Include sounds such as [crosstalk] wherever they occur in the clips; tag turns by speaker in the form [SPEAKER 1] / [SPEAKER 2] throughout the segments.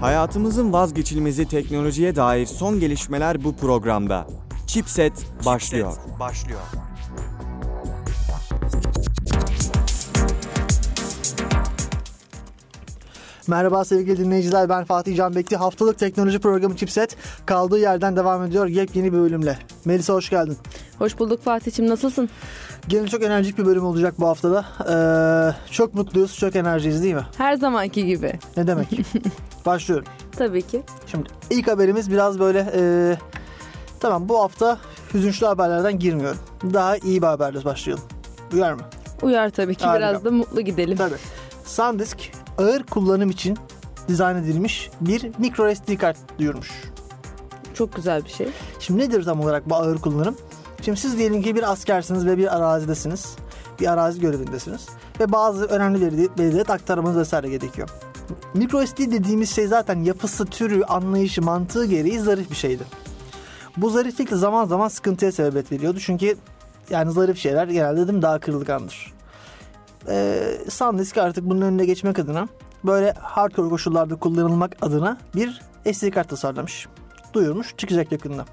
[SPEAKER 1] Hayatımızın vazgeçilmezi teknolojiye dair son gelişmeler bu programda. Chipset başlıyor.
[SPEAKER 2] Başlıyor.
[SPEAKER 3] Merhaba sevgili dinleyiciler ben Fatih Can Bekli. Haftalık teknoloji programı Chipset kaldığı yerden devam ediyor yepyeni bir bölümle. Melisa hoş geldin.
[SPEAKER 4] Hoş bulduk Fatih'im nasılsın?
[SPEAKER 3] Gene çok enerjik bir bölüm olacak bu haftada. Ee, çok mutluyuz, çok enerjiyiz değil mi?
[SPEAKER 4] Her zamanki gibi.
[SPEAKER 3] Ne demek? Başlıyorum.
[SPEAKER 4] Tabii ki.
[SPEAKER 3] Şimdi ilk haberimiz biraz böyle... ee, tamam bu hafta hüzünlü haberlerden girmiyorum. Daha iyi bir haberle başlayalım. Uyar mı?
[SPEAKER 4] Uyar tabii ki
[SPEAKER 3] Harika.
[SPEAKER 4] biraz da mutlu gidelim.
[SPEAKER 3] Tabii. SanDisk ağır kullanım için dizayn edilmiş bir micro SD kart duyurmuş.
[SPEAKER 4] Çok güzel bir şey.
[SPEAKER 3] Şimdi nedir tam olarak bu ağır kullanım? Şimdi siz diyelim ki bir askersiniz ve bir arazidesiniz. Bir arazi görevindesiniz. Ve bazı önemli veri, verileri aktarmanız vesaire gerekiyor. MicroSD dediğimiz şey zaten yapısı, türü, anlayışı, mantığı gereği zarif bir şeydi. Bu zariflik de zaman zaman sıkıntıya sebebiyet veriyordu. Çünkü yani zarif şeyler genelde değil mi, daha kırılgandır. Ee, SanDisk artık bunun önüne geçmek adına böyle hardcore koşullarda kullanılmak adına bir SD kart tasarlamış. Duyurmuş, çıkacak yakında.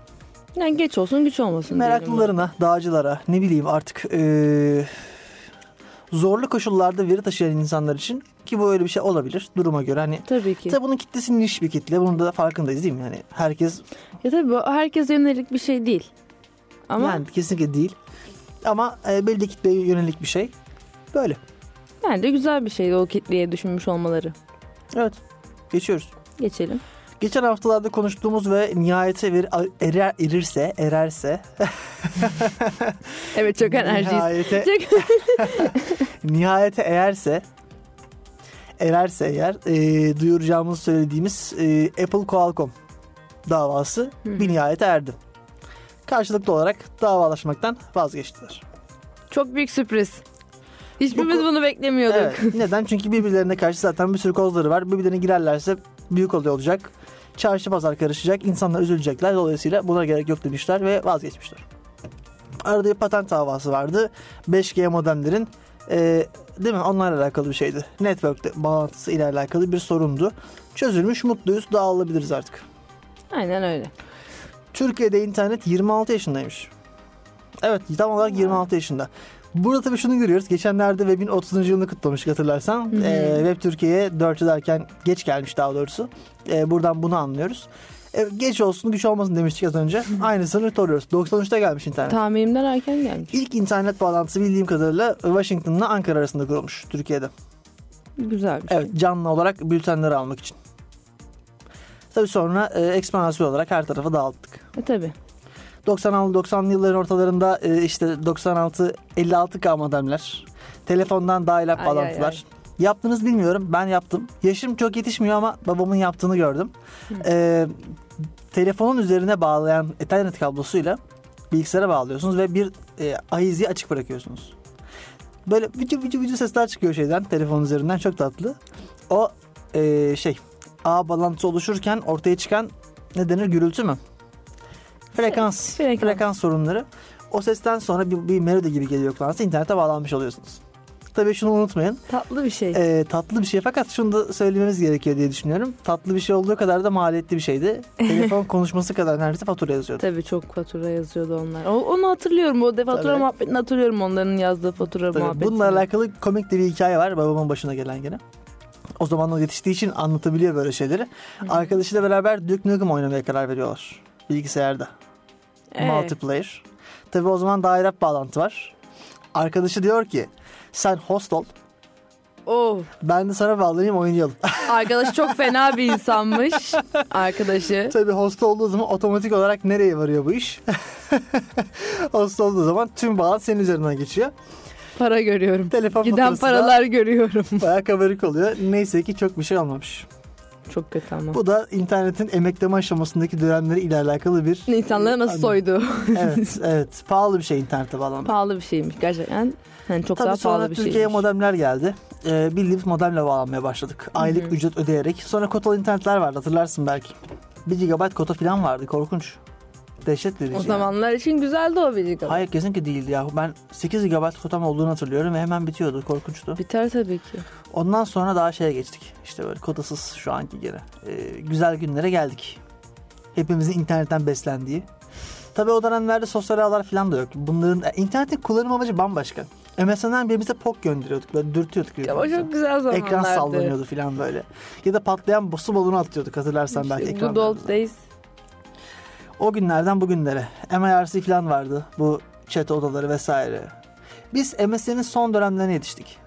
[SPEAKER 4] Yani geç olsun güç olmasın. diyelim.
[SPEAKER 3] Meraklılarına, dağcılara, ne bileyim artık eee, zorlu koşullarda veri taşıyan insanlar için ki bu öyle bir şey olabilir duruma göre. Hani
[SPEAKER 4] Tabii ki.
[SPEAKER 3] Tabii bunun kitlesi niş bir kitle. Bunun da farkındayız değil mi? Yani herkes
[SPEAKER 4] Ya tabii bu herkese yönelik bir şey değil. Ama yani,
[SPEAKER 3] yani kesinlikle değil. Ama e, belli kitleye yönelik bir şey. Böyle.
[SPEAKER 4] de güzel bir şeydi o kitleye düşünmüş olmaları.
[SPEAKER 3] Evet. Geçiyoruz.
[SPEAKER 4] Geçelim.
[SPEAKER 3] Geçen haftalarda konuştuğumuz ve nihayete bir erer, erirse, ererse
[SPEAKER 4] Evet çok enerjiyiz.
[SPEAKER 3] nihayete [laughs]
[SPEAKER 4] Çok-
[SPEAKER 3] nihayete eğerse ererse eğer e, duyuracağımızı söylediğimiz e, Apple Qualcomm davası
[SPEAKER 4] Hmm.
[SPEAKER 3] bir nihayete erdi. Karşılıklı olarak davalaşmaktan vazgeçtiler.
[SPEAKER 4] çok büyük sürpriz. Hiçbirimiz
[SPEAKER 3] Bu-
[SPEAKER 4] bunu beklemiyorduk.
[SPEAKER 3] Evet. Neden? Çünkü birbirlerine karşı zaten bir sürü kozları var. Birbirlerine girerlerse büyük oluyor olacak. Çarşı pazar karışacak. insanlar üzülecekler. Dolayısıyla buna gerek yok demişler ve vazgeçmişler. Arada bir patent davası vardı. 5G modemlerin e, değil mi? Onlarla alakalı bir şeydi. Network bağlantısı ile alakalı bir sorundu. Çözülmüş, mutluyuz. Dağılabiliriz artık.
[SPEAKER 4] Aynen öyle.
[SPEAKER 3] Türkiye'de internet 26 yaşındaymış. Evet tam olarak 26 yaşında. Burada tabii şunu görüyoruz. Geçenlerde Web'in 30. yılını kutlamıştık hatırlarsan.
[SPEAKER 4] hı.
[SPEAKER 3] Ee, Web Türkiye'ye 4 derken geç gelmiş daha doğrusu. Ee, buradan bunu anlıyoruz. Ee, geç olsun güç olmasın demiştik az önce. Aynısını soruyoruz. 93'te gelmiş internet.
[SPEAKER 4] Tahminimden erken gelmiş.
[SPEAKER 3] İlk internet bağlantısı bildiğim kadarıyla Washington'la Ankara arasında kurulmuş Türkiye'de.
[SPEAKER 4] Güzel bir şey.
[SPEAKER 3] Evet canlı olarak bültenleri almak için. Tabii sonra e, eksponansiyel olarak her tarafa dağıttık.
[SPEAKER 4] E, tabii.
[SPEAKER 3] 96 90'lı yılların ortalarında e, işte 96 56K modemler. Telefondan dial-up
[SPEAKER 4] Ay,
[SPEAKER 3] bağlantılar.
[SPEAKER 4] ay,
[SPEAKER 3] Yaptınız bilmiyorum. Ben yaptım. Yaşım çok yetişmiyor ama babamın yaptığını gördüm. E, telefonun üzerine bağlayan Ethernet kablosuyla bilgisayara bağlıyorsunuz ve bir e, ahizi açık bırakıyorsunuz. Böyle vıcı vıcı vıcı sesler çıkıyor şeyden telefonun üzerinden çok tatlı. O e, şey ağ bağlantısı oluşurken ortaya çıkan ne denir gürültü mü? Frekans,
[SPEAKER 4] frekans.
[SPEAKER 3] frekans. sorunları. O sesten sonra bir, bir melodi gibi geliyor kulağınıza internete bağlanmış oluyorsunuz. Tabii şunu unutmayın.
[SPEAKER 4] Tatlı bir şey.
[SPEAKER 3] e, tatlı bir şey fakat şunu da söylememiz gerekiyor diye düşünüyorum. Tatlı bir şey olduğu kadar da maliyetli bir şeydi. Telefon konuşması kadar neredeyse fatura yazıyordu.
[SPEAKER 4] [laughs] Tabii çok fatura yazıyordu onlar. O- onu hatırlıyorum. O de fatura
[SPEAKER 3] Tabii.
[SPEAKER 4] muhabbetini hatırlıyorum onların yazdığı fatura
[SPEAKER 3] Tabii,
[SPEAKER 4] muhabbetini.
[SPEAKER 3] bununla alakalı komik de bir hikaye var babamın başına gelen gene. O zaman o yetiştiği için anlatabiliyor böyle şeyleri. Arkadaşıyla beraber Duke Nukem oynamaya karar veriyorlar bilgisayarda.
[SPEAKER 4] Ee,
[SPEAKER 3] Multiplayer. Tabi o zaman daire bağlantı var. Arkadaşı diyor ki sen host ol
[SPEAKER 4] Oh.
[SPEAKER 3] ben de sana bağlanayım oynayalım. [laughs]
[SPEAKER 4] Arkadaş çok fena bir insanmış. Arkadaşı.
[SPEAKER 3] Tabi host olduğu zaman otomatik olarak nereye varıyor bu iş? [laughs] host olduğu zaman tüm bağlantı senin üzerinden geçiyor.
[SPEAKER 4] Para görüyorum.
[SPEAKER 3] Telefon
[SPEAKER 4] Giden
[SPEAKER 3] faturası da
[SPEAKER 4] paralar görüyorum.
[SPEAKER 3] Bayağı kabarık oluyor. Neyse ki çok bir şey olmamış.
[SPEAKER 4] Çok kötü ama.
[SPEAKER 3] Bu da internetin emekleme aşamasındaki dönemleri ile alakalı
[SPEAKER 4] [laughs]
[SPEAKER 3] bir...
[SPEAKER 4] İnsanları nasıl
[SPEAKER 3] Anladım.
[SPEAKER 4] soydu? [laughs]
[SPEAKER 3] evet, evet. Pahalı bir şey internete bağlanmak.
[SPEAKER 4] pahalı bir şeymiş gerçekten. Yani çok daha
[SPEAKER 3] Tabii sonra
[SPEAKER 4] pahalı bir şey
[SPEAKER 3] Türkiye'ye
[SPEAKER 4] şeymiş.
[SPEAKER 3] modemler geldi. Ee, bildiğimiz modemle bağlanmaya başladık. Aylık ücret ödeyerek. Sonra kotalı internetler vardı hatırlarsın belki. 1 GB kota falan vardı korkunç. Dehşet verici.
[SPEAKER 4] O
[SPEAKER 3] yani.
[SPEAKER 4] zamanlar için güzeldi o bilgi.
[SPEAKER 3] şey. Hayır kesinlikle değildi ya. Ben 8 GB kotam olduğunu hatırlıyorum ve hemen bitiyordu. Korkunçtu.
[SPEAKER 4] Biter tabii ki.
[SPEAKER 3] Ondan sonra daha şeye geçtik. İşte böyle kodasız şu anki gene. Ee, güzel günlere geldik. Hepimizin internetten beslendiği. Tabii o dönemlerde sosyal ağlar falan da yok. Bunların e, internetin kullanım amacı bambaşka. MSN'den birbirimize pok gönderiyorduk. Böyle dürtüyorduk.
[SPEAKER 4] Ya, o
[SPEAKER 3] birbirimize.
[SPEAKER 4] çok güzel zamanlardı.
[SPEAKER 3] Ekran sallanıyordu falan böyle. Ya da patlayan su balonu atıyorduk hatırlarsan belki
[SPEAKER 4] İşte, good
[SPEAKER 3] ekranlarımıza.
[SPEAKER 4] old days.
[SPEAKER 3] O günlerden bugünlere. MIRC falan vardı. Bu chat odaları vesaire. Biz MSN'in son dönemlerine yetiştik.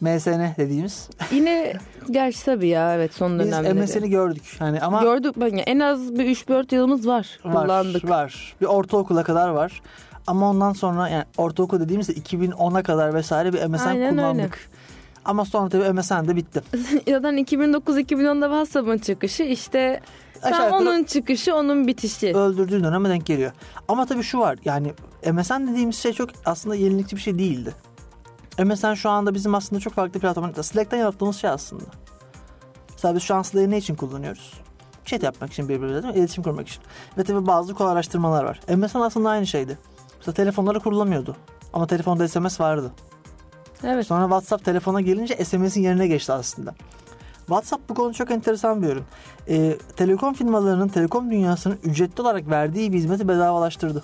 [SPEAKER 3] MSN dediğimiz.
[SPEAKER 4] Yine gerçi tabii ya evet son
[SPEAKER 3] Biz
[SPEAKER 4] dönemleri.
[SPEAKER 3] MSN'i gördük. Yani ama
[SPEAKER 4] Gördük ben en az bir 3-4 yılımız var.
[SPEAKER 3] var,
[SPEAKER 4] Kullandık.
[SPEAKER 3] var. Bir ortaokula kadar var. Ama ondan sonra yani ortaokul dediğimizde 2010'a kadar vesaire bir MSN
[SPEAKER 4] Aynen öyle.
[SPEAKER 3] kullandık.
[SPEAKER 4] [laughs]
[SPEAKER 3] Ama sonra tabii MSN de bitti.
[SPEAKER 4] Zaten 2009-2010'da WhatsApp'ın çıkışı işte
[SPEAKER 3] Aşağı
[SPEAKER 4] tam
[SPEAKER 3] yukarı-
[SPEAKER 4] onun çıkışı onun bitişi.
[SPEAKER 3] öldürdüğü döneme denk geliyor. Ama tabii şu var yani MSN dediğimiz şey çok aslında yenilikçi bir şey değildi. MSN şu anda bizim aslında çok farklı platformlarda. Slack'ten yaptığımız şey aslında. Mesela biz şu an Slack'ı ne için kullanıyoruz? Chat yapmak için birbirimize değil mi? İletişim kurmak için. Ve tabii bazı kol araştırmalar var. MSN aslında aynı şeydi. Mesela telefonları kurulamıyordu. Ama telefonda SMS vardı.
[SPEAKER 4] Evet.
[SPEAKER 3] Sonra WhatsApp telefona gelince SMS'in yerine geçti aslında. WhatsApp bu konu çok enteresan bir ürün. Ee, telekom firmalarının telekom dünyasının ücretli olarak verdiği bir hizmeti bedavalaştırdı.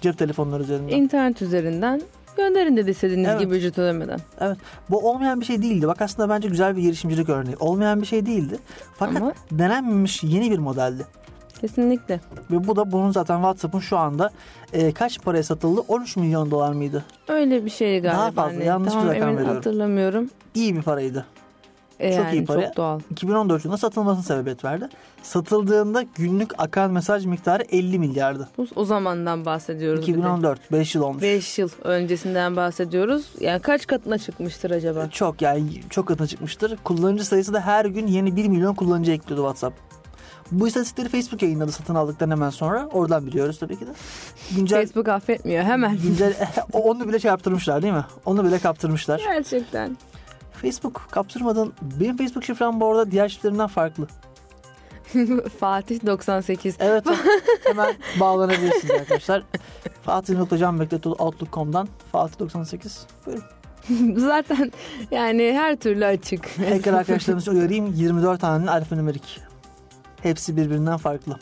[SPEAKER 3] Cep telefonları üzerinden.
[SPEAKER 4] İnternet üzerinden gönderin dedi istediğiniz
[SPEAKER 3] Evet.
[SPEAKER 4] gibi ücret ödemeden.
[SPEAKER 3] evet. Bu olmayan bir şey değildi. Bak aslında bence güzel bir girişimcilik örneği. Olmayan bir şey değildi. Fakat
[SPEAKER 4] Ama-
[SPEAKER 3] denenmemiş yeni bir modeldi.
[SPEAKER 4] Kesinlikle.
[SPEAKER 3] Ve bu da bunun zaten WhatsApp'ın şu anda e, kaç paraya satıldı? 13 milyon dolar mıydı?
[SPEAKER 4] Öyle bir şey galiba.
[SPEAKER 3] Daha fazla,
[SPEAKER 4] anne.
[SPEAKER 3] yanlış bir
[SPEAKER 4] Tamam,
[SPEAKER 3] rakam
[SPEAKER 4] emin
[SPEAKER 3] veriyorum.
[SPEAKER 4] hatırlamıyorum.
[SPEAKER 3] İyi bir paraydı.
[SPEAKER 4] E,
[SPEAKER 3] Çok
[SPEAKER 4] yani
[SPEAKER 3] iyi para.
[SPEAKER 4] Çok doğal.
[SPEAKER 3] 2014 yılında satılmasına sebebiyet verdi. Satıldığında günlük akan mesaj miktarı 50 milyardı.
[SPEAKER 4] Bu- O zamandan bahsediyoruz.
[SPEAKER 3] 2014 5 yıl olmuş.
[SPEAKER 4] 5 yıl öncesinden bahsediyoruz. Yani kaç katına çıkmıştır acaba?
[SPEAKER 3] Çok yani çok katına çıkmıştır. Kullanıcı sayısı da her gün yeni 1 milyon kullanıcı ekliyordu WhatsApp. Bu istatistikleri Facebook yayınladı satın aldıktan hemen sonra. Oradan biliyoruz tabii ki de. Güncel,
[SPEAKER 4] Facebook affetmiyor hemen.
[SPEAKER 3] [laughs] güncel [laughs] o- onu bile şey yaptırmışlar değil mi? Onu bile kaptırmışlar.
[SPEAKER 4] Gerçekten.
[SPEAKER 3] Facebook kaptırmadan benim Facebook şifrem bu arada diğer şifrelerinden farklı.
[SPEAKER 4] Fatih 98.
[SPEAKER 3] Evet hemen bağlanabilirsiniz arkadaşlar. Fatih.canbekletoutlook.com'dan Fatih98 buyurun.
[SPEAKER 4] [laughs] Zaten yani her türlü açık.
[SPEAKER 3] Tekrar arkadaşlarımızı uyarayım 24 hanenin alfanümerik. Hepsi birbirinden farklı.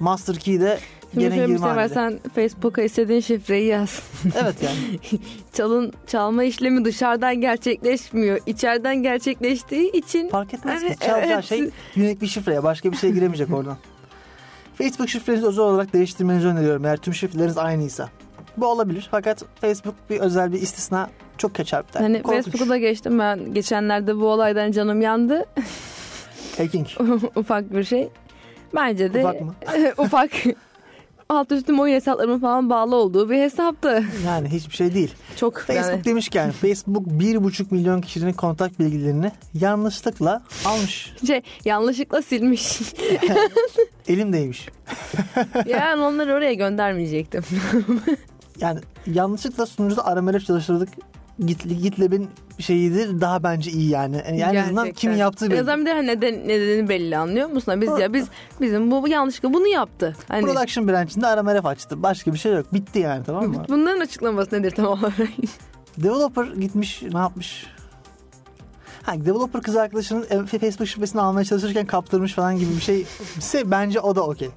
[SPEAKER 3] Master key de
[SPEAKER 4] Şimdi
[SPEAKER 3] gene
[SPEAKER 4] şöyle bir
[SPEAKER 3] 20
[SPEAKER 4] şey var,
[SPEAKER 3] haneli.
[SPEAKER 4] sen Facebook'a istediğin şifreyi yaz. [laughs]
[SPEAKER 3] Evet yani.
[SPEAKER 4] Çalın çalma işlemi dışarıdan gerçekleşmiyor. İçeriden gerçekleştiği için
[SPEAKER 3] Fark etmez
[SPEAKER 4] Evet,
[SPEAKER 3] ki. Çalacağı
[SPEAKER 4] Hani evet.
[SPEAKER 3] şey unik bir şifreye. Başka bir şey giremeyecek oradan.
[SPEAKER 4] [laughs]
[SPEAKER 3] Facebook şifrenizi özel olarak değiştirmenizi öneriyorum eğer tüm şifreleriniz aynıysa. Bu olabilir fakat Facebook bir özel bir istisna çok kaçar bir tane.
[SPEAKER 4] hani
[SPEAKER 3] Korkunç.
[SPEAKER 4] Facebook'u da geçtim ben. Geçenlerde bu olaydan canım yandı. [laughs]
[SPEAKER 3] Hacking.
[SPEAKER 4] Ufak bir şey. Bence [laughs] de
[SPEAKER 3] Ufak mı?
[SPEAKER 4] [laughs] ufak. Alt üstüm oyun hesaplarımın falan bağlı olduğu bir hesaptı.
[SPEAKER 3] Yani hiçbir şey
[SPEAKER 4] [laughs]
[SPEAKER 3] değil.
[SPEAKER 4] Çok
[SPEAKER 3] Facebook
[SPEAKER 4] yani.
[SPEAKER 3] demişken Facebook 1,5 milyon kişinin kontak bilgilerini yanlışlıkla almış.
[SPEAKER 4] Şey, yanlışlıkla silmiş.
[SPEAKER 3] [laughs] Elimdeymiş.
[SPEAKER 4] yani onları oraya göndermeyecektim.
[SPEAKER 3] Yani yanlışlıkla sunucuda arama ref çalıştırdık. Git, GitLab'in şeyidir daha bence iyi yani. Yani en azından
[SPEAKER 4] Gerçekten.
[SPEAKER 3] kimin yaptığı
[SPEAKER 4] En
[SPEAKER 3] belli.
[SPEAKER 4] azından bir de hani neden, nedeni belli anlıyor musun? Biz ya biz bizim bu bu yanlışlıkla bunu yaptı. Hani
[SPEAKER 3] Production branch'inde arama ref açtı. Başka bir şey yok. Bitti yani tamam
[SPEAKER 4] [laughs]
[SPEAKER 3] mı?
[SPEAKER 4] bunların açıklaması nedir tam olarak? [laughs]
[SPEAKER 3] Developer gitmiş ne yapmış? Ha, developer kız arkadaşının e, Facebook şifresini almaya çalışırken kaptırmış falan gibi bir şey ise bence o da okey.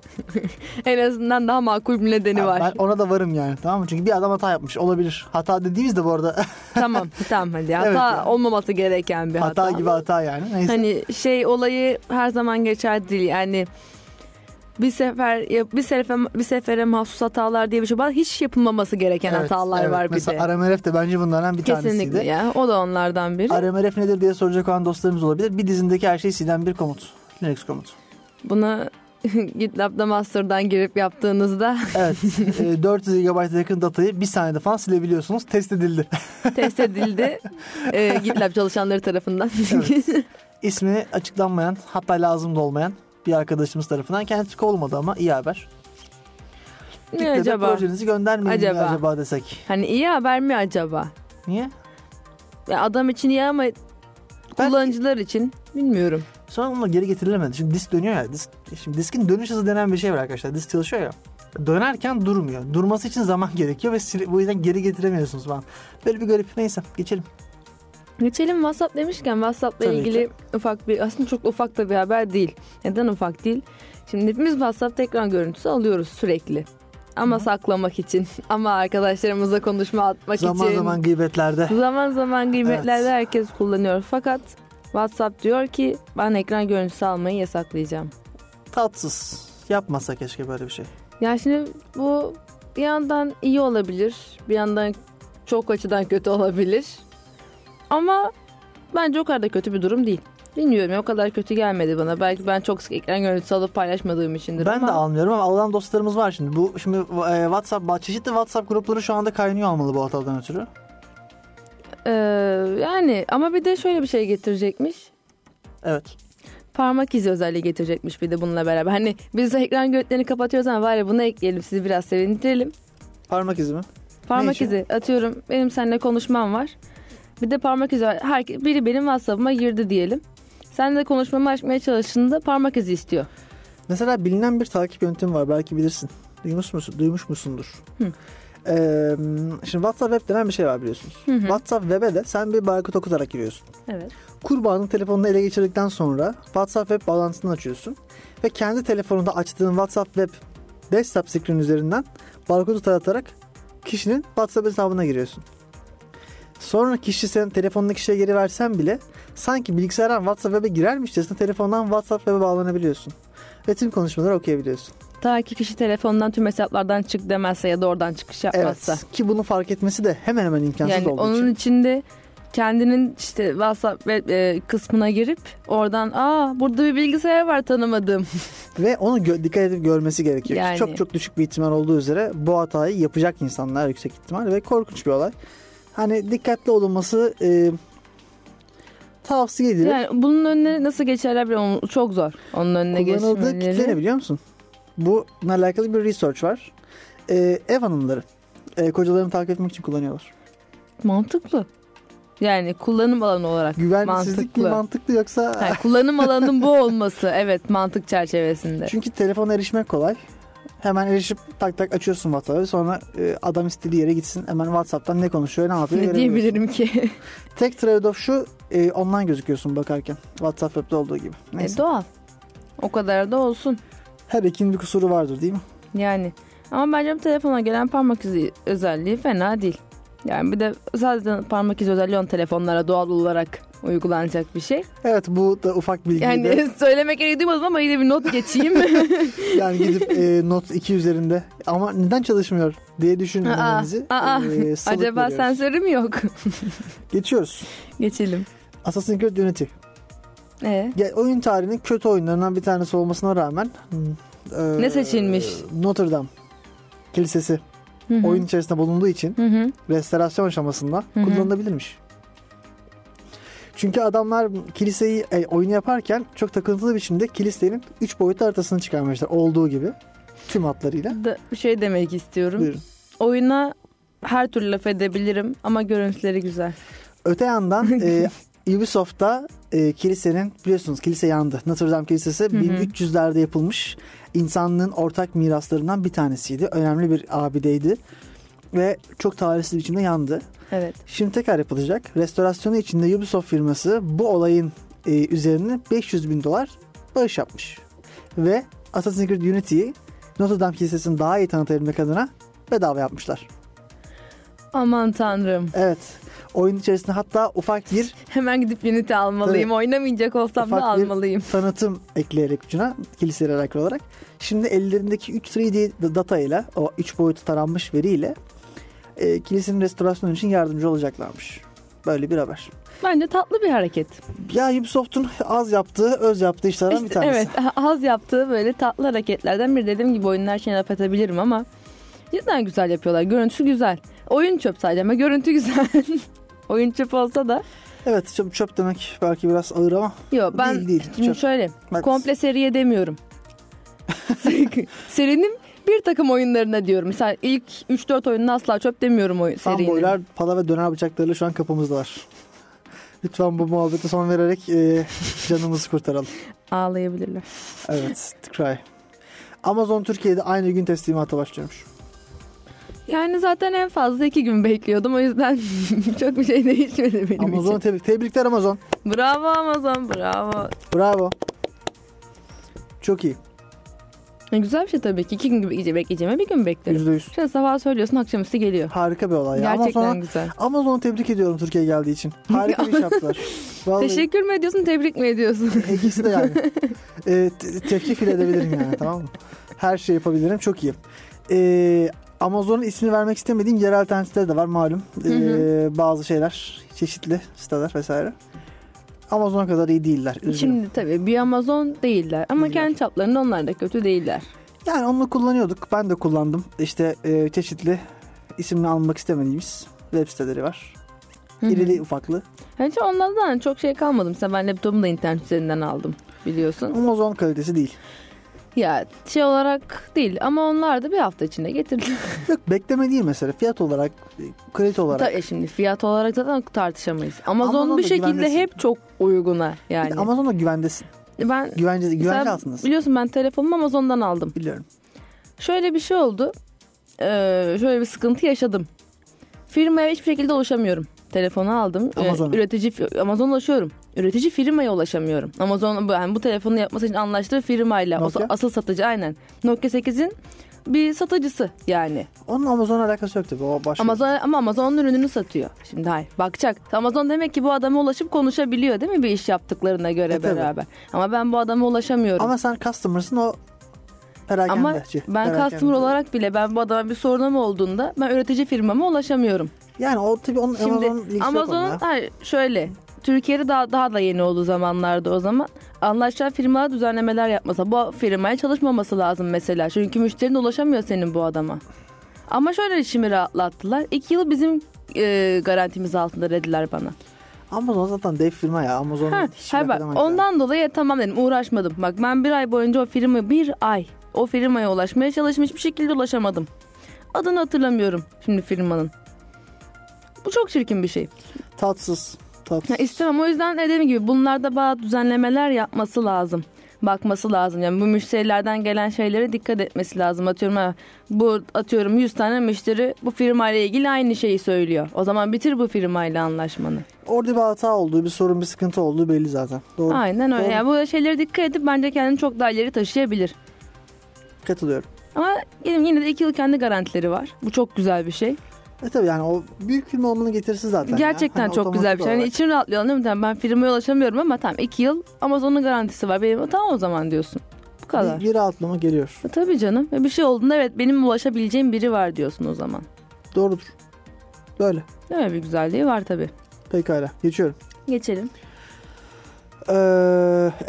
[SPEAKER 4] en azından daha makul bir nedeni var.
[SPEAKER 3] Ben ona da varım yani tamam mı? Çünkü bir adam hata yapmış olabilir. Hata dediğimiz de bu arada
[SPEAKER 4] [laughs] tamam tamam hadi. Hata
[SPEAKER 3] Evet ya.
[SPEAKER 4] olmaması gereken bir hata.
[SPEAKER 3] [laughs] hata gibi hata yani. Neyse.
[SPEAKER 4] Hani şey olayı her zaman geçerli değil. Yani bir sefer ya bir sefer bir sefere mahsus hatalar diye bir şey var. Hiç yapılmaması gereken
[SPEAKER 3] Evet,
[SPEAKER 4] hatalar
[SPEAKER 3] evet.
[SPEAKER 4] var bir
[SPEAKER 3] Mesela
[SPEAKER 4] de.
[SPEAKER 3] RMRF de bence bunlardan bir
[SPEAKER 4] Kesinlikle
[SPEAKER 3] tanesiydi.
[SPEAKER 4] ya. O da onlardan biri.
[SPEAKER 3] RMRF nedir diye soracak olan dostlarımız olabilir. Bir dizindeki her şeyi silen bir komut. Linux komut.
[SPEAKER 4] Buna [laughs] GitLab'da master'dan girip yaptığınızda [laughs]
[SPEAKER 3] Evet. e, 400 GB'a yakın datayı bir saniyede falan silebiliyorsunuz. Test edildi.
[SPEAKER 4] test [laughs] edildi e, GitLab çalışanları tarafından. [laughs]
[SPEAKER 3] İsmi açıklanmayan hatta lazım da olmayan bir arkadaşımız tarafından kendisi kovulmadı ama iyi haber.
[SPEAKER 4] ne
[SPEAKER 3] GitLab'e
[SPEAKER 4] acaba?
[SPEAKER 3] Projenizi göndermeyin acaba.
[SPEAKER 4] Acaba?
[SPEAKER 3] acaba desek.
[SPEAKER 4] Hani iyi haber mi acaba?
[SPEAKER 3] Niye?
[SPEAKER 4] Ya adam için iyi ama
[SPEAKER 3] Ben-
[SPEAKER 4] kullanıcılar için bilmiyorum.
[SPEAKER 3] Sonra onunla geri getirilemedi. Çünkü disk dönüyor ya. Disk, şimdi diskin dönüş hızı denen bir şey var arkadaşlar. Disk çalışıyor ya. Dönerken durmuyor. Durması için zaman gerekiyor ve sil- bu yüzden geri getiremiyorsunuz falan. Böyle bir garip. Neyse geçelim.
[SPEAKER 4] Geçelim WhatsApp demişken WhatsApp'la
[SPEAKER 3] Tabii
[SPEAKER 4] ilgili
[SPEAKER 3] ki.
[SPEAKER 4] ufak bir aslında çok ufak da bir haber değil. Neden ufak değil? Şimdi hepimiz WhatsApp'ta ekran görüntüsü alıyoruz sürekli. Ama saklamak için, [laughs] ama arkadaşlarımızla konuşma atmak
[SPEAKER 3] Zaman
[SPEAKER 4] için.
[SPEAKER 3] zaman gıybetlerde.
[SPEAKER 4] Zaman zaman gıybetlerde
[SPEAKER 3] Evet.
[SPEAKER 4] herkes kullanıyor. Fakat WhatsApp diyor ki ben ekran görüntüsü almayı yasaklayacağım.
[SPEAKER 3] Tatsız. Yapmasa keşke böyle bir şey.
[SPEAKER 4] Yani şimdi bu bir yandan iyi olabilir, bir yandan çok açıdan kötü olabilir. Ama bence o kadar da kötü bir durum değil. Bilmiyorum ya, o kadar kötü gelmedi bana. Belki ben çok sık ekran görüntüsü alıp paylaşmadığım içindir
[SPEAKER 3] Ben
[SPEAKER 4] ama...
[SPEAKER 3] de almıyorum ama alan dostlarımız var şimdi. Bu şimdi e, WhatsApp çeşitli WhatsApp grupları şu anda kaynıyor olmalı bu hatadan ötürü.
[SPEAKER 4] Ee, yani ama bir de şöyle bir şey getirecekmiş.
[SPEAKER 3] Evet.
[SPEAKER 4] Parmak izi özelliği getirecekmiş bir de bununla beraber. Hani biz de ekran görüntülerini kapatıyoruz ama var ya bunu ekleyelim sizi biraz sevindirelim.
[SPEAKER 3] Parmak izi mi? Ne
[SPEAKER 4] Parmak
[SPEAKER 3] işi?
[SPEAKER 4] izi atıyorum benim seninle konuşmam var. Bir de parmak izi her, biri benim WhatsApp'ıma girdi diyelim. Sen de konuşmamı açmaya çalıştığında parmak izi istiyor.
[SPEAKER 3] Mesela bilinen bir takip yöntemi var belki bilirsin. Duymuş musun? Duymuş musundur?
[SPEAKER 4] Hı.
[SPEAKER 3] Ee, şimdi WhatsApp Web denen bir şey var biliyorsunuz.
[SPEAKER 4] Hı hı.
[SPEAKER 3] WhatsApp Web'e de sen bir barkod okutarak giriyorsun.
[SPEAKER 4] Evet.
[SPEAKER 3] Kurbanın telefonunu ele geçirdikten sonra WhatsApp Web bağlantısını açıyorsun. Ve kendi telefonunda açtığın WhatsApp Web desktop screen üzerinden barkodu taratarak kişinin WhatsApp hesabına giriyorsun. Sonra kişi sen telefonunu kişiye geri versen bile sanki bilgisayardan WhatsApp Web'e girermişçesine telefondan WhatsApp Web'e bağlanabiliyorsun. Ve tüm konuşmaları okuyabiliyorsun.
[SPEAKER 4] Ta ki kişi telefondan tüm hesaplardan çık demezse ya da oradan çıkış yapmazsa.
[SPEAKER 3] Evet. Ki bunu fark etmesi de hemen hemen imkansız
[SPEAKER 4] yani
[SPEAKER 3] olduğu
[SPEAKER 4] onun
[SPEAKER 3] için.
[SPEAKER 4] içinde kendinin işte WhatsApp web, e, kısmına girip oradan aa burada bir bilgisayar var tanımadığım.
[SPEAKER 3] Ve onu gö- dikkat edip görmesi gerekiyor.
[SPEAKER 4] Yani.
[SPEAKER 3] Çok çok düşük bir ihtimal olduğu üzere bu hatayı yapacak insanlar yüksek ihtimal ve korkunç bir olay. Hani dikkatli olunması e, tavsiye edilir.
[SPEAKER 4] Yani bunun önüne nasıl geçerler bilmiyorum. Çok zor. Onun önüne
[SPEAKER 3] Kullanıldığı kitle ne
[SPEAKER 4] geçmeleri.
[SPEAKER 3] biliyor musun? Bununla alakalı bir research var. E, ev hanımları e, kocalarını takip etmek için kullanıyorlar.
[SPEAKER 4] Mantıklı. Yani kullanım alanı olarak.
[SPEAKER 3] Güvensizlik mi
[SPEAKER 4] Mantıklı.
[SPEAKER 3] mantıklı yoksa...
[SPEAKER 4] Yani kullanım alanının bu olması evet mantık çerçevesinde.
[SPEAKER 3] Çünkü telefona erişmek kolay. Hemen erişip tak tak açıyorsun WhatsApp'ı. Sonra e, adam istediği yere gitsin. Hemen WhatsApp'tan ne konuşuyor, ne yapıyor
[SPEAKER 4] Ne
[SPEAKER 3] görebiliyorsun.
[SPEAKER 4] diyebilirim ki? E,
[SPEAKER 3] Tek trade-off şu, e, online gözüküyorsun bakarken. WhatsApp web'de olduğu gibi. Neyse.
[SPEAKER 4] E, doğal. O kadar da olsun.
[SPEAKER 3] Her ikinin bir kusuru vardır değil mi?
[SPEAKER 4] Yani ama bence bu telefona gelen parmak izi özelliği fena değil. Yani bir de zaten parmak izi özelliği on telefonlara doğal olarak uygulanacak bir şey.
[SPEAKER 3] Evet bu da ufak bilgi.
[SPEAKER 4] Yani [laughs]
[SPEAKER 3] Yani,
[SPEAKER 4] söylemek gereği duymadım ama yine bir
[SPEAKER 3] [laughs]
[SPEAKER 4] not geçeyim.
[SPEAKER 3] yani gidip e, not 2 üzerinde ama neden çalışmıyor diye düşünmemenizi
[SPEAKER 4] Aa, aa,
[SPEAKER 3] e, salık
[SPEAKER 4] Acaba
[SPEAKER 3] veriyoruz.
[SPEAKER 4] sensörüm yok. [laughs]
[SPEAKER 3] Geçiyoruz.
[SPEAKER 4] Geçelim.
[SPEAKER 3] Assassin's Creed Unity.
[SPEAKER 4] Ee,
[SPEAKER 3] Ya, oyun tarihinin kötü oyunlarından bir tanesi olmasına rağmen e,
[SPEAKER 4] Ne seçilmiş?
[SPEAKER 3] Notre Dame Kilisesi
[SPEAKER 4] hı hı.
[SPEAKER 3] oyun içerisinde bulunduğu için
[SPEAKER 4] Hı hı.
[SPEAKER 3] restorasyon aşamasında
[SPEAKER 4] Hı hı.
[SPEAKER 3] kullanılabilirmiş. Çünkü adamlar kiliseyi e, oyunu yaparken çok takıntılı biçimde kilisenin 3 boyutlu haritasını çıkarmışlar olduğu gibi tüm hatlarıyla.
[SPEAKER 4] Da, bir şey demek istiyorum.
[SPEAKER 3] Buyurun.
[SPEAKER 4] Oyuna her türlü laf edebilirim ama görüntüleri güzel.
[SPEAKER 3] Öte yandan e,
[SPEAKER 4] [laughs]
[SPEAKER 3] Ubisoft'ta e, kilisenin biliyorsunuz kilise yandı. Notre Dame Kilisesi 1300'lerde yapılmış insanlığın ortak miraslarından bir tanesiydi. Önemli bir abideydi ve çok tarihsiz biçimde yandı.
[SPEAKER 4] Evet.
[SPEAKER 3] Şimdi tekrar yapılacak. Restorasyonu içinde Ubisoft firması bu olayın e, üzerine 500 bin dolar bağış yapmış. Ve Assassin's Creed Unity'yi Notre Dame Kilisesi'ni daha iyi tanıtabilmek adına bedava yapmışlar.
[SPEAKER 4] Aman tanrım.
[SPEAKER 3] Evet. Oyun içerisinde hatta ufak bir
[SPEAKER 4] Hemen gidip Unity almalıyım.
[SPEAKER 3] Tabii.
[SPEAKER 4] Oynamayacak olsam
[SPEAKER 3] Ufak
[SPEAKER 4] da
[SPEAKER 3] bir-
[SPEAKER 4] almalıyım.
[SPEAKER 3] tanıtım ekleyerek ucuna kiliseyle alakalı olarak. Şimdi ellerindeki 3 3D data ile o 3 boyutu taranmış veriyle e, kilisenin restorasyonu için yardımcı olacaklarmış. Böyle bir haber.
[SPEAKER 4] Bence tatlı bir hareket.
[SPEAKER 3] Ya Ubisoft'un az yaptığı, öz yaptığı işlerden bir
[SPEAKER 4] İşte
[SPEAKER 3] tanesi.
[SPEAKER 4] evet az yaptığı böyle tatlı hareketlerden biri dediğim gibi oyunun her şeyini laf edebilirim ama cidden güzel yapıyorlar. Görüntüsü güzel. Oyun çöp sadece ama görüntü güzel. [laughs] Oyun çöp olsa da.
[SPEAKER 3] Evet çöp, çöp demek belki biraz ağır ama
[SPEAKER 4] Yok ben
[SPEAKER 3] değil değil.
[SPEAKER 4] şimdi
[SPEAKER 3] Çöp.
[SPEAKER 4] şöyle
[SPEAKER 3] Bak,
[SPEAKER 4] komple
[SPEAKER 3] [laughs]
[SPEAKER 4] seriye demiyorum. Serinin bir takım oyunlarına diyorum. Mesela ilk 3-4 oyununa asla çöp demiyorum o serinin.
[SPEAKER 3] fanboylar pala ve döner bıçaklarıyla şu an kapımızdalar. Lütfen bu muhabbete son vererek e, [laughs] canımızı kurtaralım.
[SPEAKER 4] Ağlayabilirler.
[SPEAKER 3] Evet, cry. Amazon Türkiye'de aynı gün teslimata başlıyormuş.
[SPEAKER 4] Yani zaten en fazla iki gün bekliyordum. O yüzden [laughs] çok bir şey değişmedi benim
[SPEAKER 3] Amazon'a
[SPEAKER 4] için.
[SPEAKER 3] tebrik. Tebrikler Amazon.
[SPEAKER 4] Bravo Amazon bravo.
[SPEAKER 3] Bravo. Çok iyi.
[SPEAKER 4] E, Güzel bir şey tabii ki. İki gün bekleyeceğim, bekleyeceğime bir gün beklerim.
[SPEAKER 3] %100.
[SPEAKER 4] Şimdi sabah söylüyorsun akşamüstü geliyor.
[SPEAKER 3] Harika bir olay. Ya.
[SPEAKER 4] Gerçekten
[SPEAKER 3] Amazon'a
[SPEAKER 4] güzel.
[SPEAKER 3] Amazon'u tebrik ediyorum Türkiye'ye geldiği için. Harika
[SPEAKER 4] [laughs]
[SPEAKER 3] bir iş yaptılar. Vallahi
[SPEAKER 4] Teşekkür mü ediyorsun tebrik mi ediyorsun?
[SPEAKER 3] E, ikisi de yani. Ee, te- tevkif bile edebilirim yani tamam mı? Her şeyi yapabilirim. Çok iyi. Ee, Amazon'un ismini vermek istemediğim yerel alternatifleri de var malum. Ee,
[SPEAKER 4] Hı
[SPEAKER 3] bazı şeyler, çeşitli siteler vesaire. Amazon kadar iyi değiller. üzgünüm.
[SPEAKER 4] Şimdi tabii bir Amazon değiller ama
[SPEAKER 3] Değiller.
[SPEAKER 4] kendi çaplarında onlar da kötü değiller.
[SPEAKER 3] Yani onu kullanıyorduk. Ben de kullandım. İşte e, çeşitli isimini almak istemediğimiz web siteleri var.
[SPEAKER 4] Hı hı.
[SPEAKER 3] İrili ufaklı.
[SPEAKER 4] Hiç onlardan hani çok şey kalmadı. Mesela ben laptopumu da internet üzerinden aldım biliyorsun.
[SPEAKER 3] Amazon kalitesi değil.
[SPEAKER 4] Ya şey olarak değil ama onlar da bir hafta içinde getirdiler.
[SPEAKER 3] Yok bekleme değil mesela. Fiyat olarak, e, kalite [laughs] olarak.
[SPEAKER 4] Ta- e şimdi fiyat olarak zaten tartışamayız. Amazon,
[SPEAKER 3] Amazon
[SPEAKER 4] bir
[SPEAKER 3] da
[SPEAKER 4] şekilde
[SPEAKER 3] güvendesin.
[SPEAKER 4] hep çok uyguna
[SPEAKER 3] Bir de
[SPEAKER 4] yani.
[SPEAKER 3] Amazon'da güvendesin.
[SPEAKER 4] ben
[SPEAKER 3] Güvence, güvence
[SPEAKER 4] Sen
[SPEAKER 3] altındasın.
[SPEAKER 4] biliyorsun ben telefonumu Amazon'dan aldım.
[SPEAKER 3] Biliyorum.
[SPEAKER 4] Şöyle bir şey oldu. Ee, şöyle bir sıkıntı yaşadım. Firmaya hiçbir şekilde ulaşamıyorum. Telefonu aldım. Ee,
[SPEAKER 3] Amazon'a.
[SPEAKER 4] üretici fi- Amazon'a ulaşıyorum. Üretici firmaya ulaşamıyorum. Amazon bu- yani bu telefonu yapması için anlaştığı firmayla. O sa-
[SPEAKER 3] Nokia?
[SPEAKER 4] asıl satıcı aynen. Nokia 8'in bir satıcısı yani.
[SPEAKER 3] Onun Amazon'la alakası yok tabii. O başka. şey.
[SPEAKER 4] Amazon ama Amazon'un ürününü satıyor. Şimdi hayır bakacak. Amazon demek ki bu adama ulaşıp konuşabiliyor değil mi bir iş yaptıklarına göre
[SPEAKER 3] E, tabii.
[SPEAKER 4] beraber. Ama ben bu adama ulaşamıyorum.
[SPEAKER 3] Ama sen customer'sın o perakende.
[SPEAKER 4] Ama ben customer olarak bile ben bu adama bir sorunum olduğunda ben üretici firmama ulaşamıyorum.
[SPEAKER 3] Yani o tabii onun
[SPEAKER 4] Şimdi
[SPEAKER 3] Amazon ilgisi yok onunla.
[SPEAKER 4] Amazon hayır, şöyle Türkiye'de daha, daha da yeni olduğu zamanlarda o zaman anlaşılan firmalar düzenlemeler yapmasa bu firmaya çalışmaması lazım mesela. Çünkü müşterine ulaşamıyor senin bu adama. Ama şöyle işimi rahatlattılar. İki yıl bizim e, garantimiz altında dediler bana.
[SPEAKER 3] Amazon zaten dev firma ya. Amazon
[SPEAKER 4] Ha,
[SPEAKER 3] hiç
[SPEAKER 4] hayır bak
[SPEAKER 3] bırakamaz yani.
[SPEAKER 4] ondan dolayı tamam dedim uğraşmadım. Bak ben bir ay boyunca o firma bir ay o firmaya ulaşmaya çalışmış hiçbir şekilde ulaşamadım. Adını hatırlamıyorum şimdi firmanın. Bu çok çirkin bir şey.
[SPEAKER 3] Tatsız. Tatsız.
[SPEAKER 4] Ya istemem o yüzden dediğim gibi bunlarda bazı düzenlemeler yapması lazım. Bakması lazım. Yani bu müşterilerden gelen şeylere dikkat etmesi lazım. Atıyorum ha, bu atıyorum 100 tane müşteri bu firmayla ilgili aynı şeyi söylüyor. O zaman bitir bu firmayla anlaşmanı.
[SPEAKER 3] Orada bir hata olduğu, bir sorun, bir sıkıntı olduğu belli zaten. Doğru.
[SPEAKER 4] Aynen öyle.
[SPEAKER 3] Doğru.
[SPEAKER 4] Yani bu şeylere dikkat edip bence kendini çok daha ileri taşıyabilir.
[SPEAKER 3] Katılıyorum.
[SPEAKER 4] Ama yine yine de iki yıl kendi garantileri var. Bu çok güzel bir şey.
[SPEAKER 3] E tabii yani o büyük firma olmanı getirsin zaten. ya. [laughs]
[SPEAKER 4] Gerçekten
[SPEAKER 3] Hani
[SPEAKER 4] çok güzel bir
[SPEAKER 3] otomatik
[SPEAKER 4] şey. Yani
[SPEAKER 3] olarak.
[SPEAKER 4] içim rahatlıyor anladın mı? Tamam, ben firmaya ulaşamıyorum ama tamam iki yıl Amazon'un garantisi var. Benim tamam o zaman diyorsun. Bu kadar.
[SPEAKER 3] Bir, bir rahatlama geliyor.
[SPEAKER 4] E, Tabii canım. E, Bir şey olduğunda evet benim ulaşabileceğim biri var diyorsun o zaman.
[SPEAKER 3] Doğrudur. Böyle.
[SPEAKER 4] Değil mi? Bir güzelliği var tabii.
[SPEAKER 3] Pekala. Geçiyorum.
[SPEAKER 4] Geçelim.
[SPEAKER 3] Ee,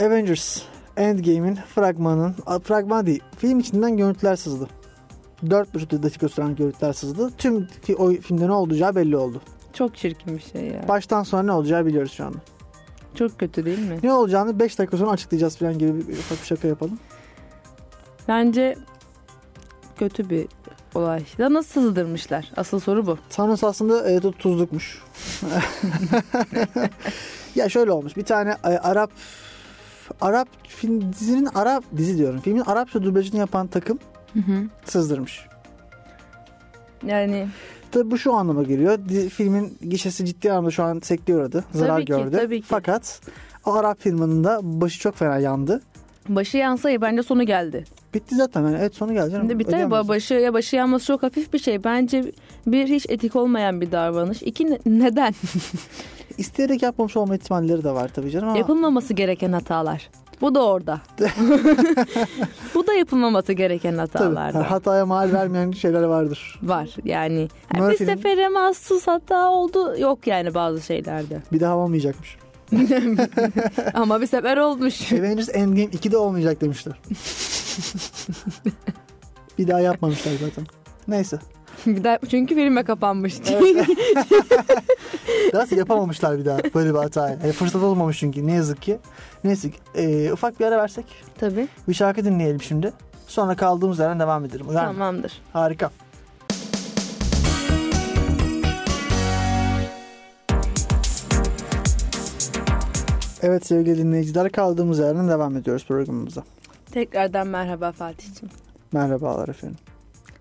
[SPEAKER 3] Avengers Endgame'in fragmanın, a, fragman değil, film içinden görüntüler sızdı. 4,5 dakika süren görüntüler sızdı. Tüm fi- o filmde ne olacağı belli oldu.
[SPEAKER 4] Çok çirkin bir şey ya.
[SPEAKER 3] Baştan sonra ne olacağı biliyoruz şu anda.
[SPEAKER 4] Çok kötü değil mi?
[SPEAKER 3] Ne olacağını 5 dakika sonra açıklayacağız falan gibi bir, ufak bir şaka yapalım.
[SPEAKER 4] Bence kötü bir olay. Ya nasıl sızdırmışlar? Asıl soru bu.
[SPEAKER 3] Thanos aslında e, tu- tuzlukmuş. [laughs] ya şöyle olmuş. Bir tane e, Arap Arap film dizinin Arap dizi diyorum. Filmin Arapça dublajını yapan takım sızdırmış.
[SPEAKER 4] Yani
[SPEAKER 3] Tabii bu şu anlama geliyor. Di- Filmin gişesi ciddi anlamda şu an sekteye uğradı. Zarar
[SPEAKER 4] Tabii ki,
[SPEAKER 3] gördü.
[SPEAKER 4] tabii ki.
[SPEAKER 3] Fakat o Arap filminin de başı çok fena yandı.
[SPEAKER 4] başı yansa ya bence sonu geldi.
[SPEAKER 3] Bitti zaten. Yani evet sonu geldi canım.
[SPEAKER 4] Şimdi bir tane
[SPEAKER 3] Ödeyemezsin.
[SPEAKER 4] başı ya başı yanması çok hafif bir şey. Bence bir hiç etik olmayan bir davranış. İki ne- neden?
[SPEAKER 3] İsteyerek yapmamış olma ihtimalleri de var tabii canım ama
[SPEAKER 4] Yapılmaması gereken hatalar. Bu da orada. Bu da yapılmaması gereken
[SPEAKER 3] tabii,
[SPEAKER 4] hatalardan.
[SPEAKER 3] hataya mal vermeyen
[SPEAKER 4] [laughs]
[SPEAKER 3] şeyler vardır.
[SPEAKER 4] var yani. yani bir
[SPEAKER 3] Murphy'nin-
[SPEAKER 4] sefere mahsus hata oldu yok yani bazı şeylerde.
[SPEAKER 3] Bir daha
[SPEAKER 4] [laughs]
[SPEAKER 3] olmayacakmış.
[SPEAKER 4] Ama bir
[SPEAKER 3] [laughs]
[SPEAKER 4] sefer olmuş.
[SPEAKER 3] Avengers Endgame 2'de olmayacak
[SPEAKER 4] [laughs]
[SPEAKER 3] demişler. bir daha yapmamışlar zaten. Neyse.
[SPEAKER 4] Bir daha- çünkü filme kapanmıştı. [laughs]
[SPEAKER 3] Nasıl yapamamışlar bir daha böyle bir hatayı. Yani fırsat olmamış çünkü ne yazık ki. Neyse ki, e, ufak bir ara versek.
[SPEAKER 4] Tabii.
[SPEAKER 3] Bir şarkı dinleyelim şimdi. Sonra kaldığımız yerden devam edelim. Uyar mı?
[SPEAKER 4] Tamamdır.
[SPEAKER 3] Harika. Evet sevgili dinleyiciler kaldığımız yerden devam ediyoruz programımıza.
[SPEAKER 4] Tekrardan merhaba Fatih'ciğim.
[SPEAKER 3] Merhabalar efendim.